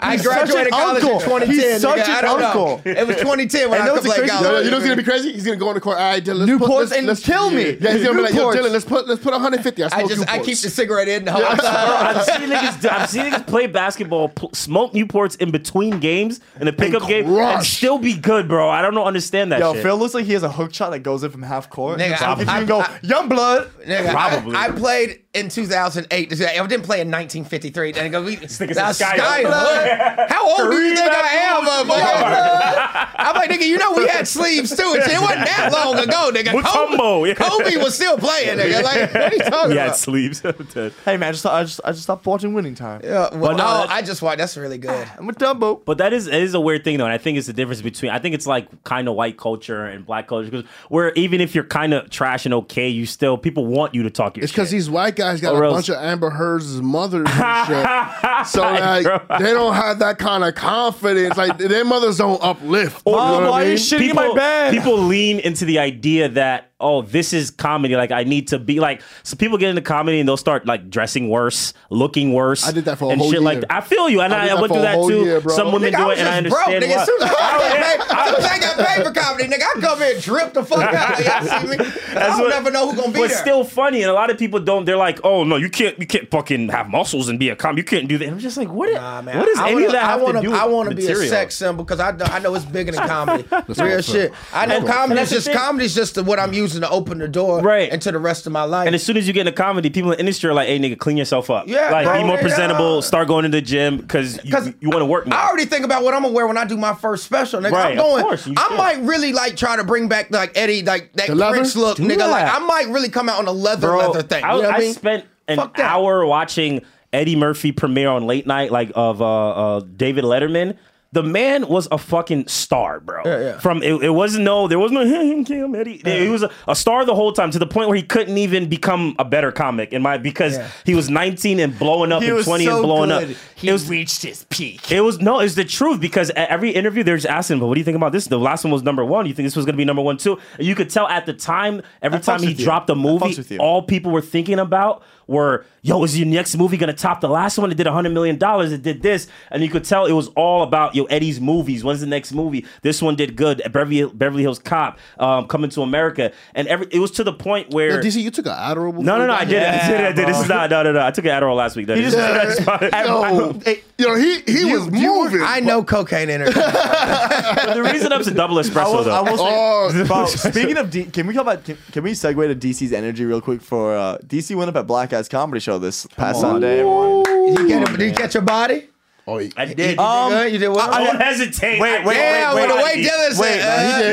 I he's graduated such an college uncle. in 2010. He's such nigga. I an don't uncle. Know. It was 2010 when And I those played are crazy- Yo, yo, college. you know what's gonna be crazy? He's gonna go on the court. All right, Dylan, let's put, Newports let's, and let's, kill me. Yeah, he's gonna be like, yo, Newports. Dylan, let's put let's put 150. I, I smoke just I Newports. keep the cigarette in the whole Bro, time. I've seen niggas. I've seen niggas play basketball, pl- smoke Newports in between games in the pickup game, and crush. still be good, bro. I don't know, understand that. Yo, shit. Phil looks like he has a hook shot that goes in from half court. Nigga, Nigga, I, I- you I- can go, I- young blood. Nigga, Probably. I, I played in 2008. This- I didn't play in 1953. Then I go, we, nigga's now, a sky Sky Hook. Hook? How old do you think I am? motherfucker? I'm like, nigga, you know we had sleeves too. and shit. It wasn't that long ago, nigga. Mutombo, yeah. Kobe, Kobe was still playing, nigga. Like, what are you talking yeah, it about? sleeps. I'm dead. Hey man, I just I just I just stopped watching Winning Time. Yeah, well, no, oh, that's- I just watched. That's really good. I'm a Dumbo. But that is it is a weird thing though, and I think it's the difference between I think it's like kind of white culture and black culture because where even if you're kind of trash and okay, you still people want you to talk your It's shit. because these white guys got Or a else- bunch of Amber Heard's mothers and shit. so like, they don't have that kind of confidence. Like their mothers don't uplift. You know Mom, what I why mean? you shitting in my bed? people lean into the idea that oh, this is comedy. Like I need to be like. So people get into comedy and they'll start like dressing worse, looking worse. I did that for a and whole shit like year. that. I feel you, and I I, did that went for through a that whole too. year, bro. Some women Nigga, I do was it, and I just broke, understand nigga. why. As soon as I- I got paid, as soon as I got paid for comedy, nigga, I come here and drip the fuck out. Y'all see me? I don't what- never know who's gonna be but there. still funny, and a lot of people don't. They're like, "Oh no, you can't, you can't fucking have muscles and be a com. You can't do that." And I'm just like, "What? Nah, man. what does I any wanna, of that have I wanna, to do?" I with want to be a material? sex symbol because I know, I know it's bigger than comedy. Real go, shit. I know And- and comedy's that's the just thing. comedy's just the, what I'm using to open the door Right. into the rest of my life. And as soon as you get into comedy, people in the industry are like, "Hey, nigga, clean yourself up. Yeah, like, bro, be more yeah. presentable. Start going to the gym because you, 'Cause you want to work more." I already think about what I'm gonna wear when I do my first special, nigga. Right, I'm of going. course, you I should. might really like try to bring back like Eddie, like that The leather? Prince look, Do nigga. that. Like I might really come out on a leather leather thing. I, you know what I I mean? spent an Fuck that. hour watching Eddie Murphy premiere on late night, like of uh, uh, David Letterman. The man was a fucking star, bro. yeah. From it, it wasn't no, there was no him, him, Eddie. He was a, a star the whole time to the point where he couldn't even become a better comic in my because Yeah. he was 19 and blowing up He and was 20 so and blowing good. up. He was reached his peak. it was no, it's the truth because at every interview they're just asking, but what do you think about this? The last one was number one. You think this was gonna be number one too? And you could tell at the time, every That time fucks he with you. dropped a That movie, fucks with you. all people were thinking about were, yo, is your next movie gonna top the last one? It did hundred million dollars. It did this, and you could tell it was all about yo Eddie's movies. When's the next movie? This one did good. Beverly, Beverly Hills Cop, um, Coming to America, and every it was to the point where. Yo, DC, you took an adorable. no, no, no! I did it. I did it. I did it. This is bro. not. No, no, no! I took an Adderall last week. That is- just- Yo, yo, he he was moving. I know cocaine in her. the reason I'm a double I espresso will, I though. will say, Oh. Bro, speaking of, D- can we talk about? Can, can we segue to DC's energy real quick? For uh, DC went up at Black Eyes Comedy Show this past Sunday. Everyone. Did you, get, did you catch your body? Oh, he, I did. Um, Nigga, you did what? I don't hesitate. Wait, I wait, did. yeah, wait, with the way I did. Dylan said,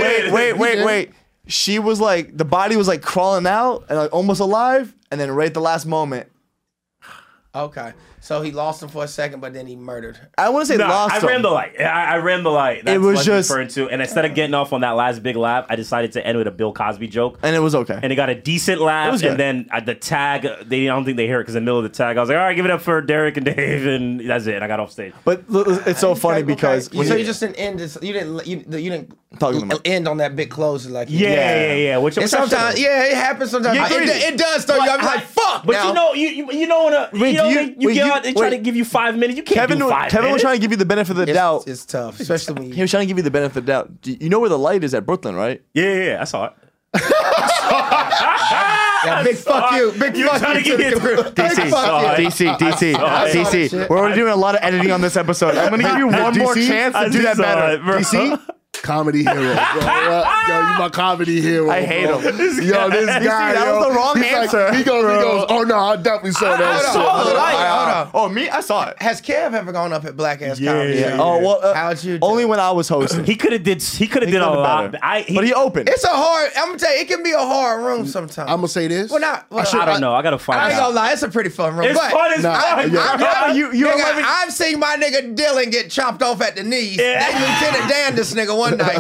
Wait, uh, uh, wait, wait, He wait, did. wait. She was like the body was like crawling out and like almost alive, and then right at the last moment, Okay, so he lost him for a second, but then he murdered. her. I want to say Nah, lost. I ran him. the light. I, I ran the light. That's It was what I'm just- referring to. And instead of getting off on that last big laugh, I decided to end with a Bill Cosby joke. and it was okay. And it got a decent It laugh, was and good. then uh, the tag. uh, They I don't think they hear it because in the middle of the tag, I was like, "All right, give it up for Derek and Dave," and that's it. I got off stage. but l- l- it's so funny Okay, okay. because You- when so you- you just didn't end. This, you didn't. You, you didn't Talking to my- end on that big close like you Yeah, did. yeah, yeah. Which, And which I should've sometimes, done. yeah, it happens sometimes. Get I- it, greedy. it does throw you. I'm But like, fuck. But now. you know, you you, you know when a, you, Wait, know, you- they, you wait, get you- out, they try wait. to give you five minutes. You can't Kevin, do was- five Kevin was minutes. trying to give you the benefit of the it's, doubt. it's tough, especially when he you. was trying to give you the benefit of the doubt. Do you know where the light is at Brooklyn, right? yeah, yeah, yeah, I saw it. Yeah, big fuck you, big You're fuck trying to you to give me the a computer. DC, Big fuck you. sorry. DC, DC, I Oh, saw that DC. shit. We're already doing a lot of editing on this episode. I'm gonna give you one more DC? chance I to do that saw better. it, bro. DC, comedy hero. Bro. Yo, you my comedy hero. I hate bro. him. Yo, this guy. that yo, was the wrong he's like- answer. he goes, he goes. Oh no, I definitely saw that. shit." saw it. Like, Hold on. Oh, me? I saw it. Has Kev ever gone up at Black Ass Yeah, Comedy? yeah, Show? yeah. Oh well, uh, How'd you? do? only when I was hosting. He could have did. He could have did a could've lot. better. I, he, but he opened. It's a hard. I'm gonna tell you, it can be a hard room sometimes. I'm gonna say this. well, not. Well, I don't know. I gotta find I ain't out. gonna lie, it's a pretty fun room. It's but fun as Nah, fuck. yeah. bro. Yeah, you- you nigga, don't let me- I've seen my nigga Dylan get chopped off at the knees. Yeah. They Lieutenant Dan this nigga one night.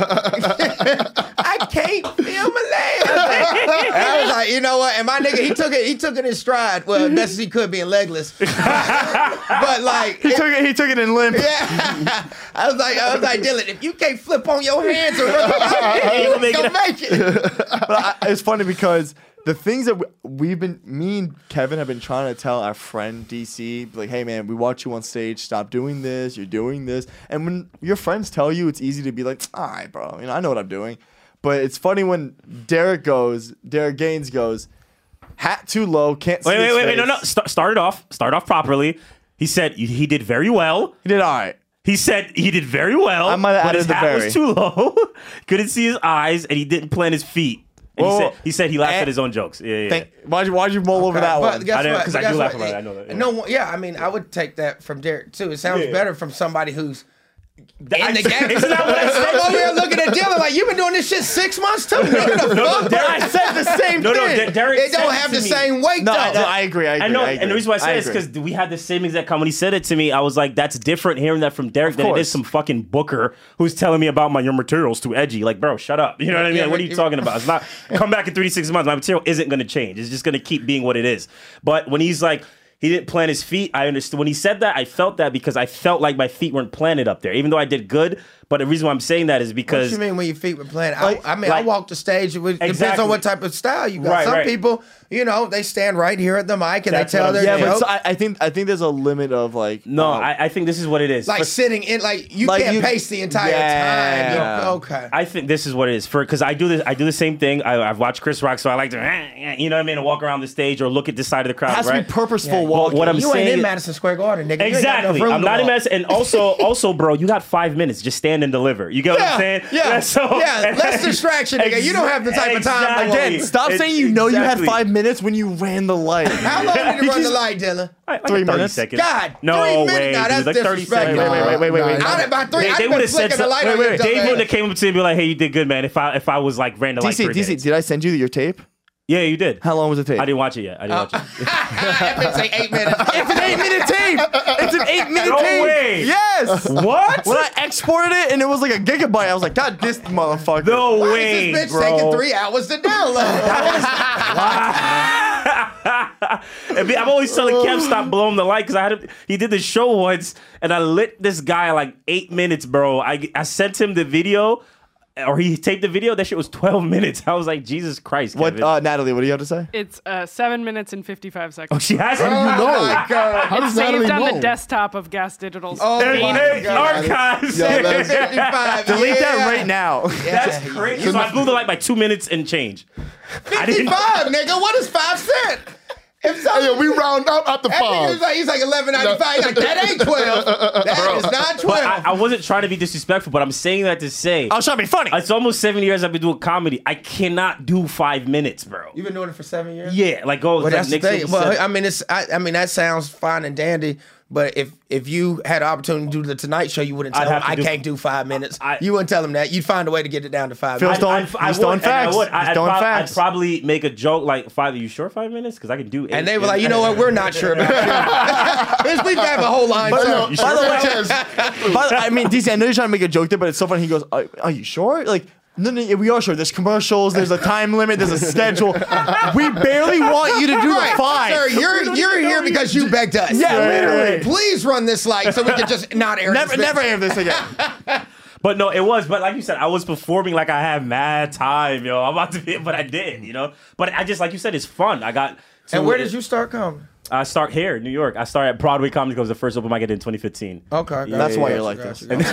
I can't feel my leg. And I was like, you know what? And my nigga, he took it. He took it in stride. Well, best as he could, being legless. but like, he took it. He took it in limp. yeah. I was like, I was like, Dylan, if you can't flip on your hands or you make make gonna make it. but I, it's funny because the things that we, we've been, me and Kevin have been trying to tell our friend DC, like, hey man, we watch you on stage. Stop doing this. You're doing this. And when your friends tell you, it's easy to be like, all right, bro. You know, I know what I'm doing. But it's funny when Derek goes, Derek Gaines goes, hat too low, can't see. Wait, wait, his wait, wait. No, face." no. Start, start it off. Start off properly. He said he did very well. He did all right. He said he did very well. I might have but added his the hat very. was too low. Couldn't see his eyes, and he didn't plan his feet. And Whoa, he, whoa. said, he said he laughed Eh, at his own jokes. Yeah, yeah. Thank, why'd you why'd you mull over that but one? guess I didn't- what? 'cause I Guess do laugh what? about it. I know that, yeah. No one. Yeah, I mean, I would take that from Derek too. It sounds better from somebody who's yeah. in the game. Isn't that what I said? I'm over here looking at Dylan like you've been doing this shit six months too. No, the No, fuck? no, Derek said the same No, no, thing. De- Derek It said don't have to the me- same weight no, though. no, I agree. I agree. I know, agree. and the reason why I say it is agree. because we had the same exact comment. He said it to me. I was like, "That's different." Hearing that from Derek, than it course. is some fucking booker who's telling me about my your materials too edgy. Like, bro, shut up. You know what I mean? Yeah, Like, what are but you it- talking about? It's not come back in three to six months. My material isn't going to change. It's just going to keep being what it is. But when he's like. He didn't plant his feet. I understood when he said that. I felt that because I felt like my feet weren't planted up there, even though I did good. But the reason why I'm saying that is What because you mean when your feet were playing? Like- I, I mean, I like- walk the stage. It was- depends Exactly. on what type of style you got. Right, Some right. people, you know, they stand right here at the mic and That's they what tell I'm their saying. yeah, but joke. so I, I think I think there's a limit of like no, um, I, I think this is what it is. like For- sitting in, like you Like can't you- pace the entire Yeah. time. You- okay. I think this is what it is for because I do this. I do the same thing. I, I've watched Chris Rock, so I like to, eh, eh, you know what I mean, to walk around the stage or look at this side of the crowd. It has right? to be purposeful Yeah. walking. what I'm you ain't saying- in Madison Square Garden, nigga. You ain't got Exactly. enough room I'm to not in walk. mess. And also, also, bro, you got five minutes. Just stand and deliver. You get what I'm Yeah, saying? yeah, so, yeah. Less distraction, nigga. You don't have the type of time to walk. Again, stop saying you know you had five minutes when you ran the light. How long did you You run the just- light, Dylan? Like, like Three 30 minutes. seconds. God, no three minutes. way. Now, dude, that's like 30 seconds. Wait, disrespectful. wait, wait, wait, wait, wait. Nah, Out at by three. They, I'd they been would have said flicking the so, light wait, on wait, your Dave dumb wouldn't have ass. came up to me and be like, "Hey, you did good, man." If I if I was like ran to like DC, three DC, minutes. did I send you your tape? yeah, you did. How long was it take? I didn't watch it yet. Uh, I didn't watch it. That bitch say eight minutes. It's an eight minute tape. It's an eight minute No tape. way. Yes. What? When I exported it and it was like a gigabyte, I was like, God, this motherfucker. No Why way, is this bitch bro. taking three hours to download? And be- I'm always telling Kev stop blowing the light because I had a, he did the show once and I lit this guy like eight minutes, bro. I I sent him the video or he taped the video. That shit was 12 minutes. I was like, Jesus Christ, What, Kevin. uh, Natalie? What do you have to say? It's uh, seven minutes and fifty-five Oh, seconds. she has Oh How do you know? How does Natalie Saved on know? the desktop of Gas Digital's. Oh There- my there- God. archives. Yeah, that's- 55. Delete yeah. that right now. That's crazy. So I blew the light by two minutes and change. I didn't- 55, nigga. What is five cent? If so, Hey, yo, we round up after that nigga five. was like, he's like eleven ninety five. He's like, that ain't twelve. That is not But I, twelve. I wasn't trying to be disrespectful, but I'm saying that to say Oh, I was trying to be funny. it's almost seven years I've been doing comedy. I cannot do five minutes, bro. You've been doing it for seven years. Yeah, like oh, go. But like that's the Nixon thing. Well, said- I mean, it's. I, I mean, that sounds fine and dandy But if if you had an opportunity to do the Tonight Show, you wouldn't I'd tell have him to I do- can't do five minutes. I- you wouldn't tell him that. You'd find a way to get it down to five. Phil minutes. Stone- he's throwing would, and I facts. would. I- He's I'd, throwing prob- facts. I'd probably make a joke like five. Are you sure five minutes? Because I can do. Eight, and they were like, you know what? We're not sure about it. We've got a whole line. But sir. no, by the way, by the- I mean, DC, I know you're trying to make a joke there, but it's so funny. He goes, Are, are you sure? Like, no, no, yeah, we are sure. There's commercials, there's a time limit, there's a schedule. we barely want you to do the five. Sir, you're you're here because you begged us. Yeah, literally. Please run this light so we can just not air never, this. never have this again. But no, it was. But like you said, I was performing like I had mad time, yo. I'm about to be, but I did, you know. But I just like you said, it's fun. I got. to- And where did you start coming? I start here, in New York. I started at Broadway Comedy Club, was the first open mic in 2015. Okay, okay. That's why yeah, you're like Gotcha, this.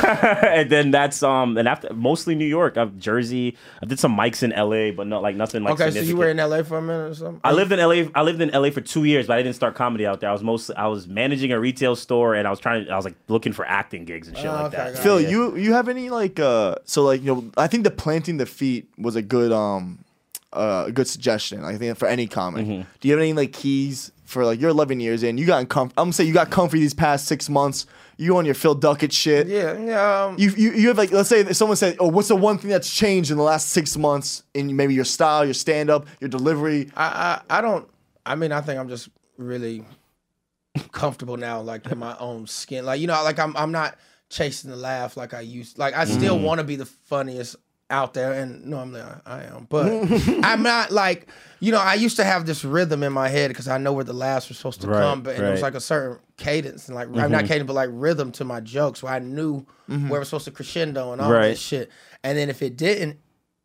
gotcha. and then that's um, and after mostly New York, I've Jersey. I did some mics in LA, but not like nothing like. Okay, so you were in significant. LA for a minute or something. I lived in LA. I lived in LA for two years, but I didn't start comedy out there. I was mostly I was managing a retail store, and I was trying. I was like looking for acting gigs and shit Oh, like okay, that. got Phil, you you have any like uh so like you know I think the planting the feet was a good um uh good suggestion I think for any comic. Do you have any like keys for like you're 11 years in you got comfy I'm gonna say you got comfy these past six months you on your Phil Duckett shit Yeah, yeah. Um, you, you you have like let's say if someone said oh what's the one thing that's changed in the last six months in maybe your style your stand up your delivery I, I I don't. I mean, I think I'm just really comfortable now, like in my own skin. Like you know, like I'm I'm not chasing the laugh like I used. Like I still Mm-hmm. want to be the funniest out there, and normally I, I am, but I'm not like you know. I used to have this rhythm in my head because I know where the laughs were supposed to Right, come, but and it was right. Mm-hmm. like a certain cadence and like I'm not cadence, but like rhythm to my jokes where I knew where it was supposed to crescendo and all Right. that shit. And then if it didn't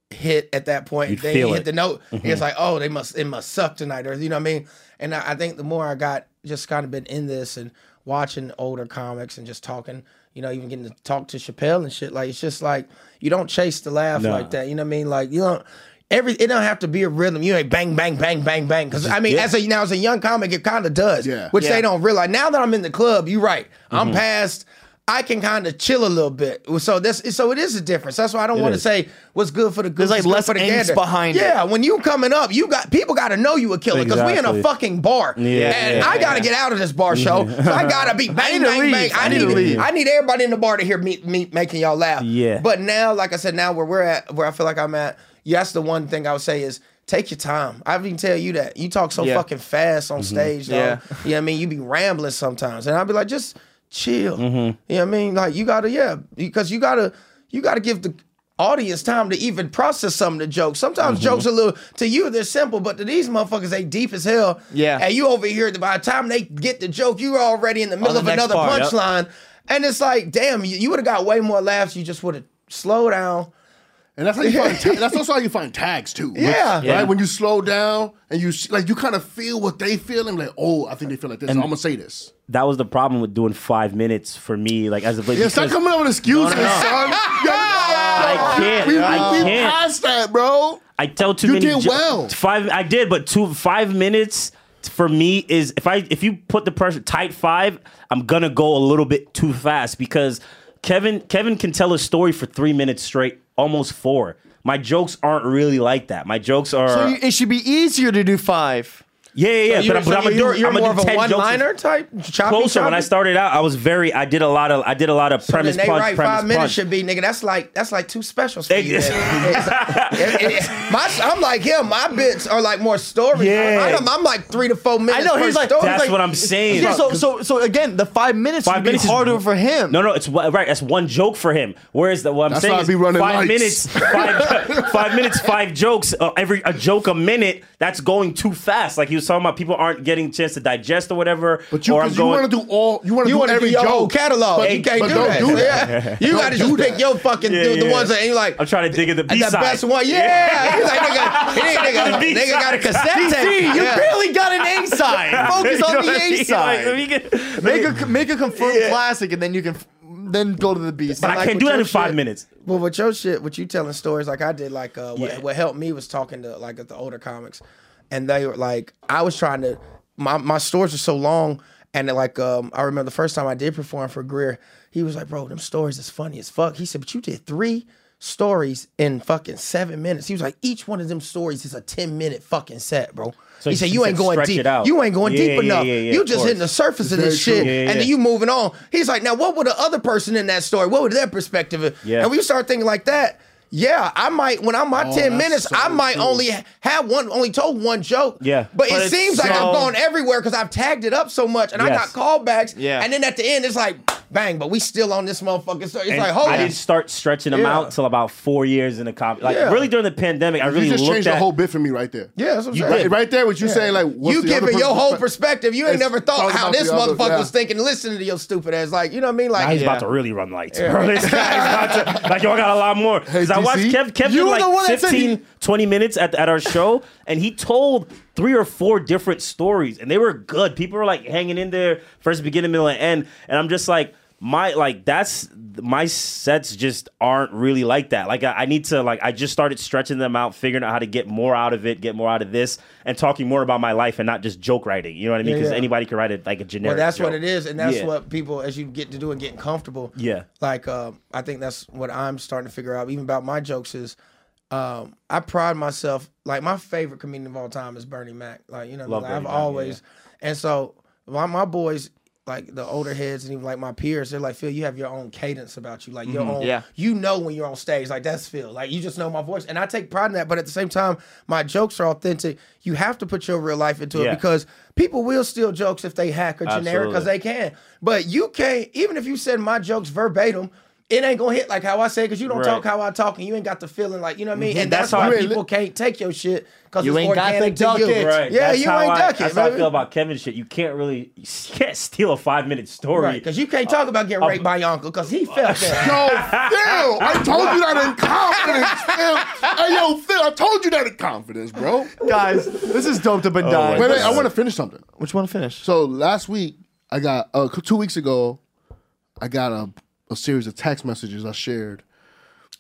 hit at that point, You'd they feel hit it. the note. Mm-hmm. It's like, oh, they must it must suck tonight, or you know what I mean. And I, I think the more I got just kind of been in this and watching older comics and just talking, you know, even getting to talk to Chappelle and shit. Like it's just like you don't chase the laugh Nah. like that. You know what I mean? Like you don't. Every it don't have to be a rhythm. You ain't bang bang bang bang bang. Because I mean, as a now as a young comic, it kind of does. Yeah. Which they don't realize. Now that I'm in the club, you're right. I'm Mm-hmm. past. I can kind of chill a little bit. So that's so it is a difference. That's why I don't want to is. say what's good for the good. There's, like, less for the angst gander. behind it. Yeah, when you coming up, you got people got to know you a killer because we in a Exactly. fucking bar. Yeah, and yeah, I yeah. got to get out of this bar show. So I got to be bang need to bang leave. bang. I need to leave. I need everybody in the bar to hear me me making y'all laugh. Yeah. But now, like I said, now where we're at, where I feel like I'm at, yeah, that's the one thing I would say is. Take your time. I even tell you that. You talk so Yeah. Mm-hmm. fucking fast on stage, dog. Yeah. You know what I mean? You be rambling sometimes. And I'll be like, just chill. Mm-hmm. You know what I mean? Like you gotta, yeah, because you gotta, you gotta give the audience time to even process some of the jokes. Sometimes Mm-hmm. jokes are a little to you, they're simple, but to these motherfuckers, they deep as hell. Yeah. And you over here by the time they get the joke, you're already in the middle the of next another part, yep. punchline. And it's like, damn, you, you would have got way more laughs. You just would have slowed down. And that's how you find. Ta- that's also how you find tags too. Yeah. right. Yeah. When you slow down and you see, like, you kind of feel what they feel, and like, oh, I think they feel like this. so I'm gonna say this. That was the problem with doing five minutes for me, like as a Yeah, stop coming up with excuses, son. I can't. We, we, I we can't. past that, bro. I tell too You many. did well. Five. I did, but two five minutes for me is if I if you put the pressure tight five, I'm gonna go a little bit too fast because Kevin Kevin can tell a story for three minutes straight, almost four. My jokes aren't really like that. My jokes are so you, it should be easier to do five yeah yeah yeah. You- but, so I'm gonna you're, do you're I'm more gonna of do a 10 jokes one-liner type. Choppy, Closer when I choppy? started out, I was very. I did a lot of. I did a lot of So premise then they punch. write premise five minutes punch. should be nigga. That's like that's like two specials. For you, Ex- nigga. It- it- it- my, I'm like him. My bits are like more story. Yeah. I, am I'm like three to four minutes. I know per he's like story. That's like- what I'm saying. yeah so so so again the five minutes Five would be minutes is- harder for him No, no, it's one- right. That's one joke for him. Whereas the, what I'm That's saying why I is be running five lights. minutes, five, five minutes, five jokes. Uh, every a joke a minute. That's going too fast. Like he was talking about, people aren't getting a chance to digest or whatever. But you, or 'cause you want to do all. You want to You do want to every do your joke. whole catalog. But, you can't but do don't that. do that. Yeah. You got to just pick your fucking Yeah, the, the yeah. ones that ain't like I'm trying to dig in the B the side. best one. Yeah. He's like The nigga, nigga, B nigga got a side. cassette tape. you Yeah. barely got an A side focus on the A side make a make a confirmed classic and then you can f- then go to the B but side I like can't with do that your in five shit. minutes. Well, with your shit, what you telling stories like I did, like uh, what, Yeah. what helped me was talking to like the older comics, and they were like, I was trying to, my my stories were so long, and they're like um, I remember the first time I did perform for Greer, he was like, bro, them stories is funny as fuck. He said, but you did three stories in fucking seven minutes. He was like, each one of them stories is a 10 minute fucking set, bro. So he he said, You said ain't going stretch deep. it out. You ain't going Yeah, deep yeah, enough. yeah, yeah, you of just course. hitting the surface of this shit. Yeah, yeah, And then yeah. you moving on. He's like, Now, what would the other person in that story? What would their perspective? Yeah. And we start thinking like that. Yeah, I might when I'm my Oh, 10 that's minutes, so I might true. only have one only told one joke. Yeah. But, But it it's seems like so- I've gone everywhere because I've tagged it up so much and Yes. I got callbacks. Yeah. And then at the end, it's like bang, but we still on this motherfucking story. It's And like, hold I on. didn't start stretching them Yeah. out till about four years in the comp. Like Yeah. really during the pandemic, I really you just looked changed at the whole bit for me right there. Yeah, that's what I'm You saying. did. Right, right there, what you saying, like, what's you the other giving your person's whole perspe- perspective. You ain't It's never thought talking how about this the other- motherfucker yeah. was thinking. Listening to your stupid ass, like you know what I mean? Now he's Like, about to really run lights, bro. This guy's about to like yo, I got a lot more. Because I DC, watched Kev Kev you did were the one like that said 15, he- 20 minutes at, at our show, and he told three or four different stories, and they were good. People were like hanging in there, first beginning, middle, and end. And I'm just like, my like that's my sets just aren't really like that. Like I, I need to like I just started stretching them out, figuring out how to get more out of it, get more out of this, and talking more about my life and not just joke writing. You know what I mean? Because yeah. anybody can write it like a generic. well, that's what joke. it is, and that's Yeah. what people as you get to do and getting comfortable. Yeah. like um, I think that's what I'm starting to figure out, even about my jokes. Is um, I pride myself, like my favorite comedian of all time is Bernie Mac. Like you know, Love like, I've Bernie Mac, yeah, always and so my my boys. Like the older heads and even like my peers, they're like, Phil, you have your own cadence about you. Like Mm-hmm. your own Yeah. you know when you're on stage, like that's Phil. Like you just know my voice, and I take pride in that. But at the same time, my jokes are authentic. You have to put your real life into Yeah. it because people will steal jokes if they hack or generic because they can. But you can't. Even if you said my jokes verbatim, it ain't gonna hit like how I say because you don't Right. talk how I talk, and you ain't got the feeling like you know what I mean. And That's that's, how why I- people can't take your shit because You it's ain't got to organic duck to you. it. Right. Yeah, That's you how ain't I, duck it. That's how I baby. feel about Kevin shit. You can't really you can't steal a five minute story. Right, because you can't talk about getting raped by your uncle because he felt that. Yo, Oh, Phil, I told you that in confidence, Phil. Hey, yo, Phil, I told you that in confidence, bro. Guys, this is doped up and dying. Wait, wait, I want to finish something. Which one to finish? So last week, I got uh, two weeks ago, I got a, a series of text messages I shared.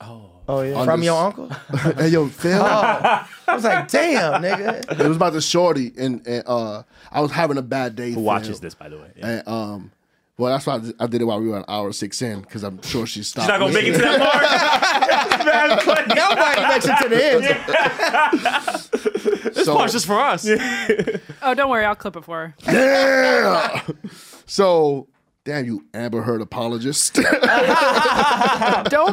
oh yeah. From your uncle? hey, yo, Phil. I was like, damn, nigga. It was about the shorty, and, and uh, I was having a bad day. Who watches this, by the way? Yeah. And, um, well, that's why I did, I did it while we were an hour six in, because I'm sure she stopped. She's not gonna make it to that part. Nobody makes it to the end. this so, Watch this for us. Oh, don't worry, I'll clip it for her. Yeah. So, damn you, Amber Heard apologist. Don't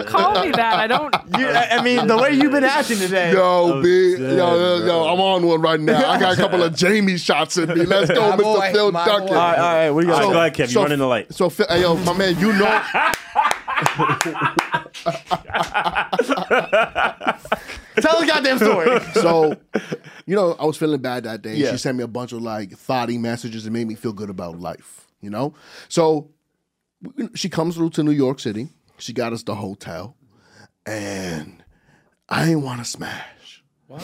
call me that. I don't. You- I I mean, the way you've been acting today. yo, B, yo, yo, yo, I'm on one right now. I got a couple of Jamie shots in me. Let's go, My Mr. boy, Phil my Duncan. boy. All right, all right, what do you All got? right, go ahead, Kev. You run in the light. So, Phil, hey, yo, my man, you know, Tell the goddamn story. so, you know, I was feeling bad that day. Yeah. She sent me a bunch of like thoughty messages that made me feel good about life, you know? So she comes through to New York City. She got us the hotel. And I didn't want to smash. Why?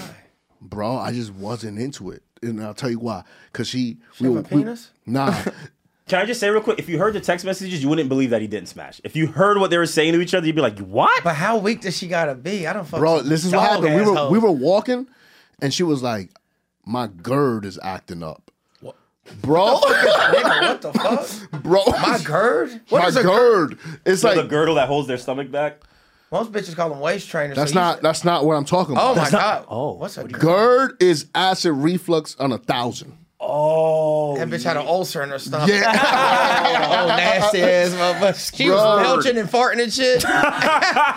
Bro, I just wasn't into it. And I'll tell you why. Cause she, we have were a penis? We, nah. Can I just say real quick? If you heard the text messages, you wouldn't believe that he didn't smash. If you heard what they were saying to each other, you'd be like, "What?" But how weak does she gotta be? I don't fucking. Bro, this is what happened. We were asshole. we were walking and she was like, My gird is acting up. Bro, Nigga, what the fuck? bro, My GERD? What my is a GERD? gird. It's the like girdle that holds their stomach back. Most bitches call them waist trainers. so that's you not should- that's not what I'm talking about. oh my That's not- god. Oh, what's a GERD? GERD is acid reflux on a thousand. Oh, That bitch had an ulcer in her stomach. Yeah, Oh, nasty ass motherfucker. She Bro. was belching and farting and shit.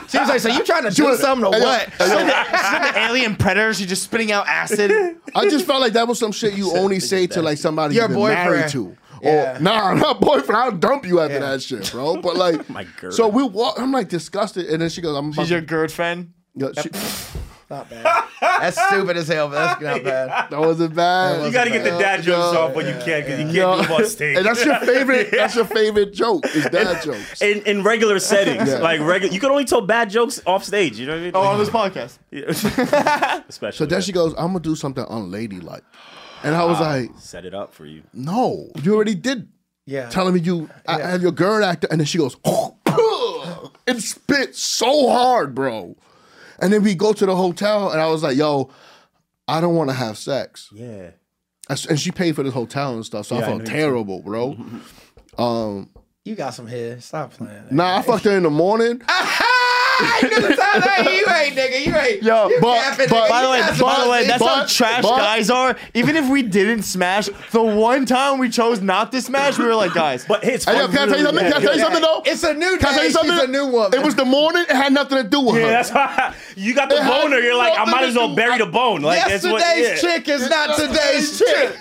she was like, "So you trying to do was- something or Hey, yo, what?" the alien predators, you just spitting out acid. I just felt like that was some shit you only say to like somebody Your you've been married boyfriend. to. Yeah. Or nah, not boyfriend. I'll dump you after Yeah. that shit, bro. But like, My GERD. so we walk. I'm like disgusted, and then she goes, "I'm." about She's your GERD friend. to- yeah, she- Not bad. That's stupid as hell, but that's not bad. that wasn't bad. you gotta get the dad jokes off when you can, because you can't do them on stage. And that's your favorite. That's your favorite joke. Is dad jokes. in, in regular settings, Yeah. like regular, you can only tell bad jokes off stage. You know what I mean? Oh, on this podcast. Especially. Oh, So then she goes, "I'm gonna do something unladylike," and I was Ah. like, set it up for you. "No, you already did." Yeah. telling me you I I have your girl actor, and then she goes and spit so hard, bro. And then we go to the hotel, and I was like, "Yo, I don't want to have sex." Yeah. I s- And she paid for this hotel and stuff, so I I felt know you terrible, bro. you got some head. Stop playing. Nah, I fucked her in the morning. I ain't gonna tell that. You ain't, nigga. You ain't. Yo, you but, capping, but nigga. by the You way, not by supposed the way, to. that's how But- trash but- guys are. Even if we didn't smash, the one time we chose not to smash, we were like, guys. But his Hey, yo, can I tell you something? Can I tell you something though? It's a Can I new day. tell you She's something? a new woman. It was the morning. It had nothing to do with Yeah, her. that's why you got the It had boner. You're like, I nothing might to as well do- bury the bone. Like that's what. Yesterday's yeah. chick is not today's chick.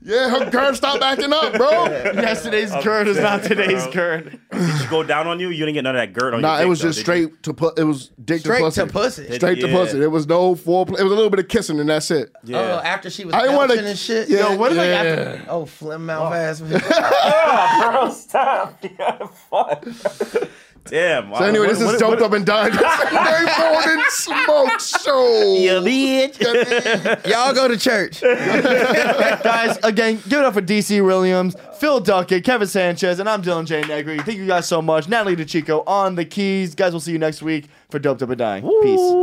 yeah, her curve stopped backing up, bro. Yesterday's curd is not today's bro. curd. Did she go down on you? You didn't get none of that girt on your Nah, it dick, was though, just did you? straight to pu- it was dick Straight to pussy. to pussy. Straight to Yeah. pussy. There was no foreplay. It was a little bit of kissing and that's it. Yeah. Oh, after she was I didn't want belching to. and shit. Yeah, Yo, what is, like, after- Oh, flim mouth ass. bro, stop. You gotta fuck. Damn. So anyway, this is doped up and done. Very morning smoke show. Yeah, bitch. Y'all go to church. guys, again, give it up for DC Williams, Phil Duckett, Kevin Sanchez, and I'm Dylan J. Negri. Thank you guys so much. Natalie DeChico on the keys. Guys, we'll see you next week for Doped Up and Dying. Peace.